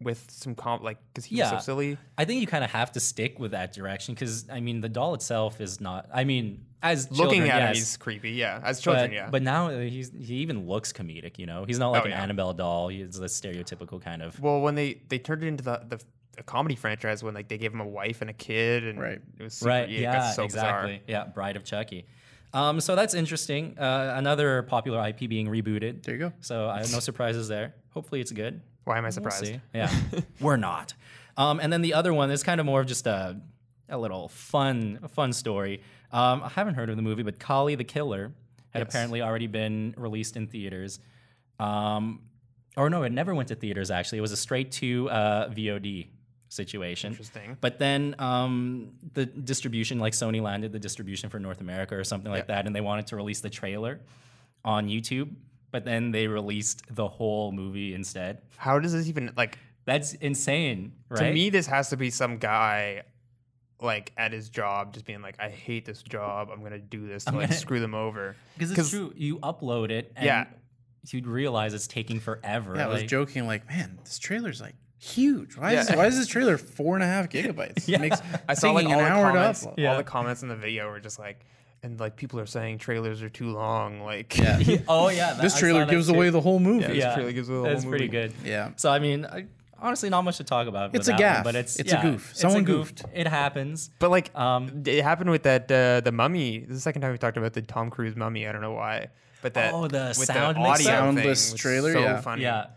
Speaker 2: with some com like because he
Speaker 1: Yeah.
Speaker 2: was so silly.
Speaker 1: I think you kind of have to stick with that direction because I mean the doll itself is not. I mean, as
Speaker 2: Looking
Speaker 1: children,
Speaker 2: at him,
Speaker 1: yes,
Speaker 2: he's creepy. Yeah, as children,
Speaker 1: but,
Speaker 2: yeah.
Speaker 1: but now he's he even looks comedic. You know, he's not like
Speaker 2: Oh,
Speaker 1: an
Speaker 2: yeah.
Speaker 1: Annabelle doll. He's the stereotypical kind of.
Speaker 2: well, when they they turned it into the the a comedy franchise when like they gave him a wife and a kid and
Speaker 3: Right.
Speaker 2: it was super,
Speaker 1: Right.
Speaker 2: yeah, it
Speaker 1: Yeah.
Speaker 2: got so
Speaker 1: exactly.
Speaker 2: bizarre.
Speaker 1: Yeah. Bride of Chucky. Um, so that's interesting. Uh, another popular IP being rebooted.
Speaker 3: There you go.
Speaker 1: So I no surprises there. Hopefully it's good.
Speaker 2: Why am I surprised?
Speaker 1: See? Yeah. We're not. Um, and then the other one is kind of more of just a, a little fun, a fun story. Um, I haven't heard of the movie, but Kali the Killer had apparently already been released in theaters. Um, or no, it never went to theaters, actually. It was a straight to uh, VOD situation.
Speaker 2: Interesting.
Speaker 1: But then um, the distribution, like Sony landed the distribution for North America or something like that, and they wanted to release the trailer on YouTube. But then they released the whole movie instead.
Speaker 2: How does this even like
Speaker 1: That's insane, right?
Speaker 2: to me this has to be some guy like at his job just being like i hate this job i'm gonna do this to like screw them over
Speaker 1: because it's true. You upload it, and
Speaker 2: Yeah.
Speaker 1: you'd realize it's taking forever.
Speaker 3: Yeah, I was
Speaker 1: like-
Speaker 3: joking like, man, this trailer's like huge. Why is why is this trailer four and a half gigabytes? It makes
Speaker 2: i saw like
Speaker 3: taking
Speaker 2: all the
Speaker 3: to
Speaker 2: comments
Speaker 3: upload.
Speaker 2: all
Speaker 1: Yeah.
Speaker 2: the comments in the video were just like and like people are saying trailers are too long like
Speaker 3: Yeah.
Speaker 1: oh yeah, that-
Speaker 3: This
Speaker 1: I saw
Speaker 3: trailer
Speaker 1: that
Speaker 3: gives
Speaker 1: too.
Speaker 3: away the whole movie.
Speaker 2: Yeah. This trailer gives away the
Speaker 1: that's
Speaker 2: whole
Speaker 1: pretty
Speaker 2: movie.
Speaker 1: good.
Speaker 3: Yeah.
Speaker 1: So I mean, I, honestly not much to talk about. with
Speaker 3: It's a
Speaker 1: that one,
Speaker 3: gaffe.
Speaker 1: but it's
Speaker 3: It's a
Speaker 1: yeah,
Speaker 3: goof. Someone
Speaker 1: it's a goofed.
Speaker 3: goofed.
Speaker 1: It happens.
Speaker 2: But like,
Speaker 1: Um,
Speaker 2: it happened with that uh, the mummy. The second time we talked about the Tom Cruise mummy. I don't know why, but that
Speaker 1: Oh, the
Speaker 2: with
Speaker 1: sound
Speaker 2: the
Speaker 1: mix-up?
Speaker 2: audio thing
Speaker 3: Soundless
Speaker 2: was
Speaker 3: trailer,
Speaker 2: So
Speaker 3: yeah.
Speaker 2: funny.
Speaker 1: yeah,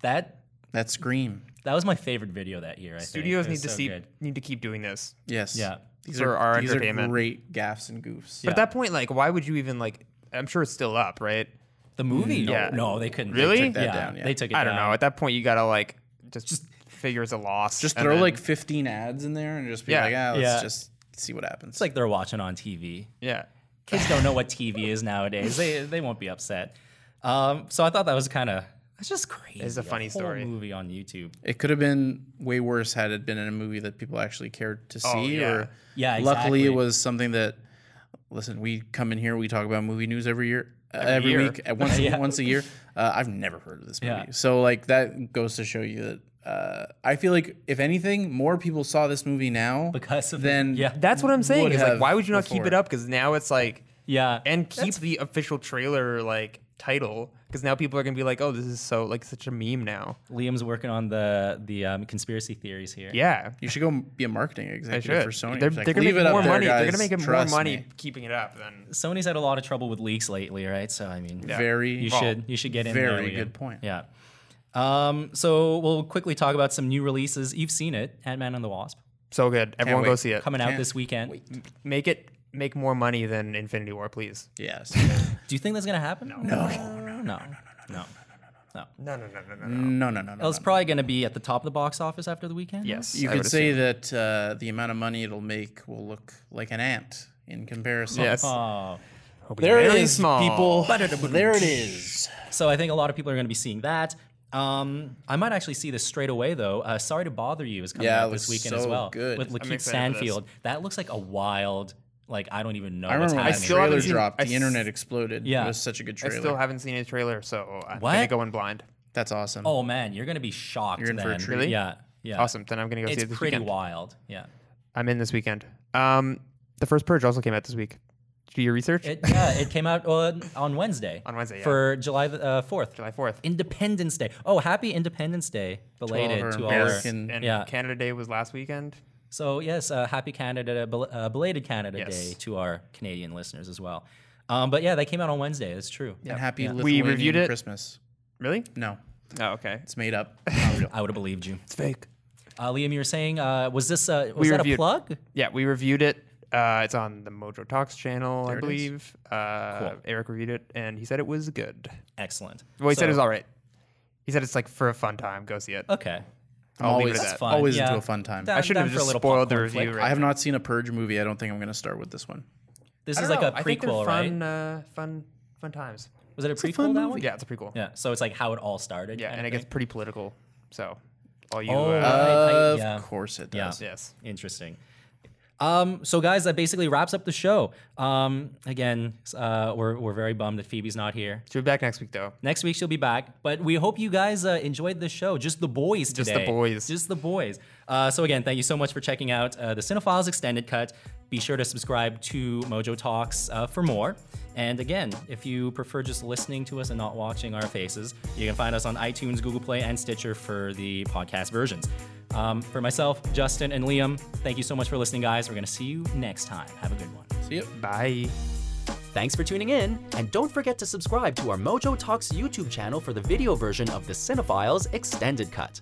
Speaker 1: that
Speaker 3: That scream.
Speaker 1: that was my favorite video that year. I think.
Speaker 2: Studios
Speaker 1: It
Speaker 2: need
Speaker 1: was
Speaker 2: to
Speaker 1: so
Speaker 2: see
Speaker 1: good.
Speaker 2: need to keep doing this.
Speaker 3: Yes.
Speaker 1: Yeah.
Speaker 3: These
Speaker 2: For
Speaker 3: are
Speaker 2: our
Speaker 3: these
Speaker 2: entertainment.
Speaker 3: are great gaffs and goofs.
Speaker 2: But at that point, like, why would you even like? I'm sure it's still up, right?
Speaker 1: the movie. No,
Speaker 2: Yeah.
Speaker 1: no, they couldn't.
Speaker 2: Really?
Speaker 1: They took that
Speaker 2: Yeah.
Speaker 1: down.
Speaker 3: Yeah.
Speaker 1: They took it.
Speaker 2: I don't
Speaker 1: down.
Speaker 2: know. At that point, you gotta like just, figure it's a loss.
Speaker 3: Just
Speaker 2: and
Speaker 3: throw
Speaker 2: then-
Speaker 3: like 15 ads in there and just be
Speaker 2: Yeah.
Speaker 3: like, ah, let's
Speaker 1: Yeah.
Speaker 3: just see what happens.
Speaker 1: It's like they're watching on TV.
Speaker 2: yeah.
Speaker 1: Kids don't know what TV is nowadays. They they won't be upset. Um, so I thought that was kind of that's just crazy.
Speaker 2: It's a funny
Speaker 1: whole
Speaker 2: story.
Speaker 1: Movie on YouTube.
Speaker 3: it could have been way worse had it been in a movie that people actually cared to see.
Speaker 2: Oh, yeah.
Speaker 3: Or
Speaker 1: Yeah,
Speaker 3: luckily
Speaker 1: exactly.
Speaker 3: it was something that. Listen, we come in here. We talk about movie news every year, uh, every,
Speaker 2: year.
Speaker 3: week, uh, once once a year. Uh, I've never heard of this movie,
Speaker 1: Yeah.
Speaker 3: so like that goes to show you that uh, I feel like if anything, more people saw this movie now
Speaker 1: Because of it.
Speaker 3: then
Speaker 1: Yeah.
Speaker 2: That's what I'm saying.
Speaker 3: Would
Speaker 2: Is like,
Speaker 3: have
Speaker 2: why would you not keep
Speaker 3: before.
Speaker 2: it up? Because now it's like,
Speaker 1: Yeah,
Speaker 2: and keep the official trailer like title. Because now people are gonna be like, oh, this is so like such a meme now.
Speaker 1: Liam's working on the the um, conspiracy theories here.
Speaker 2: Yeah.
Speaker 3: You should go m- be a marketing
Speaker 2: I should.
Speaker 3: executive for Sony.
Speaker 2: They're,
Speaker 3: Just like,
Speaker 2: they're gonna
Speaker 3: "Leave
Speaker 2: make
Speaker 3: it up
Speaker 2: more
Speaker 3: there,
Speaker 2: money. They're
Speaker 3: guys.
Speaker 2: gonna make more
Speaker 3: Trust
Speaker 2: money
Speaker 3: me."
Speaker 2: keeping it up than
Speaker 1: Sony's had a lot of trouble with leaks lately, right? So I mean,
Speaker 3: Very,
Speaker 1: you should you should get in there.
Speaker 3: very
Speaker 1: Liam.
Speaker 3: good point.
Speaker 1: Yeah. Um, so we'll quickly talk about some new releases. You've seen it, Ant Man and the Wasp,
Speaker 2: so good. Everyone go
Speaker 3: wait.
Speaker 2: see it.
Speaker 1: coming out
Speaker 3: Can't
Speaker 1: this weekend.
Speaker 2: Make it make more money than Infinity War, please.
Speaker 3: Yes.
Speaker 1: Do you think that's gonna happen? No. No. No. No. No.
Speaker 2: No, no, no, no, no. no.
Speaker 3: no, no, no, no.
Speaker 1: It's
Speaker 3: no.
Speaker 1: probably gonna be at the top of the box office after the weekend.
Speaker 2: Yes,
Speaker 3: You
Speaker 2: I
Speaker 3: could
Speaker 2: would
Speaker 3: say
Speaker 2: assume.
Speaker 3: that uh, the amount of money it'll make will look like an ant in comparison.
Speaker 2: Yes.
Speaker 1: Oh.
Speaker 3: There it
Speaker 2: Very
Speaker 3: is,
Speaker 2: small.
Speaker 3: people. There it is.
Speaker 1: So I think a lot of people are gonna be seeing that. Um, I might actually see this straight away though. Uh, Sorry to bother you is coming
Speaker 3: Yeah,
Speaker 1: out
Speaker 3: it
Speaker 1: this
Speaker 3: looks
Speaker 1: weekend as
Speaker 3: so
Speaker 1: well
Speaker 3: good.
Speaker 1: with
Speaker 3: I'm
Speaker 1: Lakeith
Speaker 2: excited for this.
Speaker 1: Stanfield. That looks like a wild, like I don't even know
Speaker 3: I
Speaker 1: what's
Speaker 3: remember when
Speaker 1: happening.
Speaker 3: the
Speaker 2: still haven't
Speaker 3: trailer
Speaker 2: seen-
Speaker 3: dropped,
Speaker 2: I
Speaker 3: the
Speaker 2: s-
Speaker 3: internet exploded.
Speaker 1: Yeah.
Speaker 3: It was such a good
Speaker 2: I
Speaker 3: trailer.
Speaker 2: still haven't seen a trailer, so uh, I'm
Speaker 1: What?
Speaker 2: gonna go in blind.
Speaker 3: That's awesome.
Speaker 1: Oh man, you're gonna be shocked.
Speaker 3: You're in for a
Speaker 1: then.
Speaker 3: treat.
Speaker 2: Really?
Speaker 1: Yeah. Yeah.
Speaker 2: Awesome. Then I'm gonna go see
Speaker 1: It's
Speaker 2: it this
Speaker 1: pretty
Speaker 2: weekend.
Speaker 1: wild. Yeah.
Speaker 2: I'm in this weekend. Um, the first purge also came out this week. Did you do your research?
Speaker 1: It, yeah, it came out on, on Wednesday.
Speaker 2: On Wednesday, yeah.
Speaker 1: For July the, uh, 4th.
Speaker 2: July 4th.
Speaker 1: Independence Day. Oh, happy Independence Day. Belated
Speaker 3: our
Speaker 1: to all our.
Speaker 3: American-
Speaker 2: and
Speaker 1: yeah.
Speaker 2: Canada Day was last weekend.
Speaker 1: So, yes, uh, happy Canada, bel- uh, belated Canada
Speaker 2: Yes.
Speaker 1: Day to our Canadian listeners as well. Um, but yeah, they came out on Wednesday. That's true.
Speaker 3: and happy
Speaker 2: We
Speaker 3: Lithuanian
Speaker 2: reviewed it.
Speaker 3: Christmas.
Speaker 2: Really?
Speaker 3: No,
Speaker 2: Oh, okay.
Speaker 3: it's made up. Not real.
Speaker 1: I would have believed you.
Speaker 2: It's fake.
Speaker 1: Uh, Liam, you were saying, uh, was this uh, was
Speaker 2: We
Speaker 1: that a
Speaker 2: reviewed-
Speaker 1: plug?
Speaker 2: Yeah, we reviewed it. Uh, it's on the Mojo Talks channel, I believe. Uh,
Speaker 1: Cool.
Speaker 2: Eric reviewed it, and he said it was good.
Speaker 1: Excellent.
Speaker 2: Well, he said it was
Speaker 1: So-
Speaker 2: all right. He said it's like for a fun time. Go see it.
Speaker 1: Okay.
Speaker 3: I'm
Speaker 2: I'll leave
Speaker 3: always,
Speaker 2: it at that.
Speaker 1: Fun,
Speaker 3: always
Speaker 1: yeah.
Speaker 3: into a fun time.
Speaker 1: Down-
Speaker 2: I should
Speaker 1: down
Speaker 2: have
Speaker 1: for a
Speaker 2: just
Speaker 1: little
Speaker 2: spoiled the
Speaker 1: popcorn flick.
Speaker 2: review. Right
Speaker 3: I have not seen a Purge movie. I don't think I'm going to start with this one.
Speaker 1: This
Speaker 2: I
Speaker 1: is
Speaker 2: don't
Speaker 1: like
Speaker 2: know.
Speaker 1: a
Speaker 2: I think they're
Speaker 1: prequel,
Speaker 2: fun,
Speaker 1: right?
Speaker 2: Uh, fun, fun times.
Speaker 1: Was it a prequel,
Speaker 3: fun
Speaker 1: that
Speaker 3: movie.
Speaker 1: one?
Speaker 2: Yeah, it's a prequel.
Speaker 1: Yeah. So it's like how it all started.
Speaker 2: Yeah,
Speaker 1: kind
Speaker 2: and it
Speaker 1: of
Speaker 2: gets
Speaker 1: thing.
Speaker 2: pretty political. So, all you.
Speaker 1: Oh,
Speaker 2: uh,
Speaker 1: right, I-
Speaker 3: Of
Speaker 1: yeah.
Speaker 3: course it
Speaker 1: Yeah.
Speaker 3: does.
Speaker 2: yes.
Speaker 1: Interesting. Um, so guys, that basically wraps up the show. Um, again, uh, we're, we're very bummed that Phoebe's not here.
Speaker 2: She'll be back next week, though.
Speaker 1: Next week she'll be back, but we hope you guys uh, enjoyed the show. Just the boys today.
Speaker 2: Just the boys.
Speaker 1: Just the boys. Uh, so again, thank you so much for checking out uh, the Cinephiles extended cut. Be sure to subscribe to Mojo Talks uh, for more. And again, if you prefer just listening to us and not watching our faces, you can find us on iTunes, Google Play, and Stitcher for the podcast versions. Um, for myself, Justin, and Liam, thank you so much for listening, guys. We're going to see you next time. Have a good one.
Speaker 3: See you.
Speaker 2: Bye.
Speaker 6: Thanks for tuning in, and don't forget to subscribe to our Mojo Talks YouTube channel for the video version of the Cinephiles Extended Cut.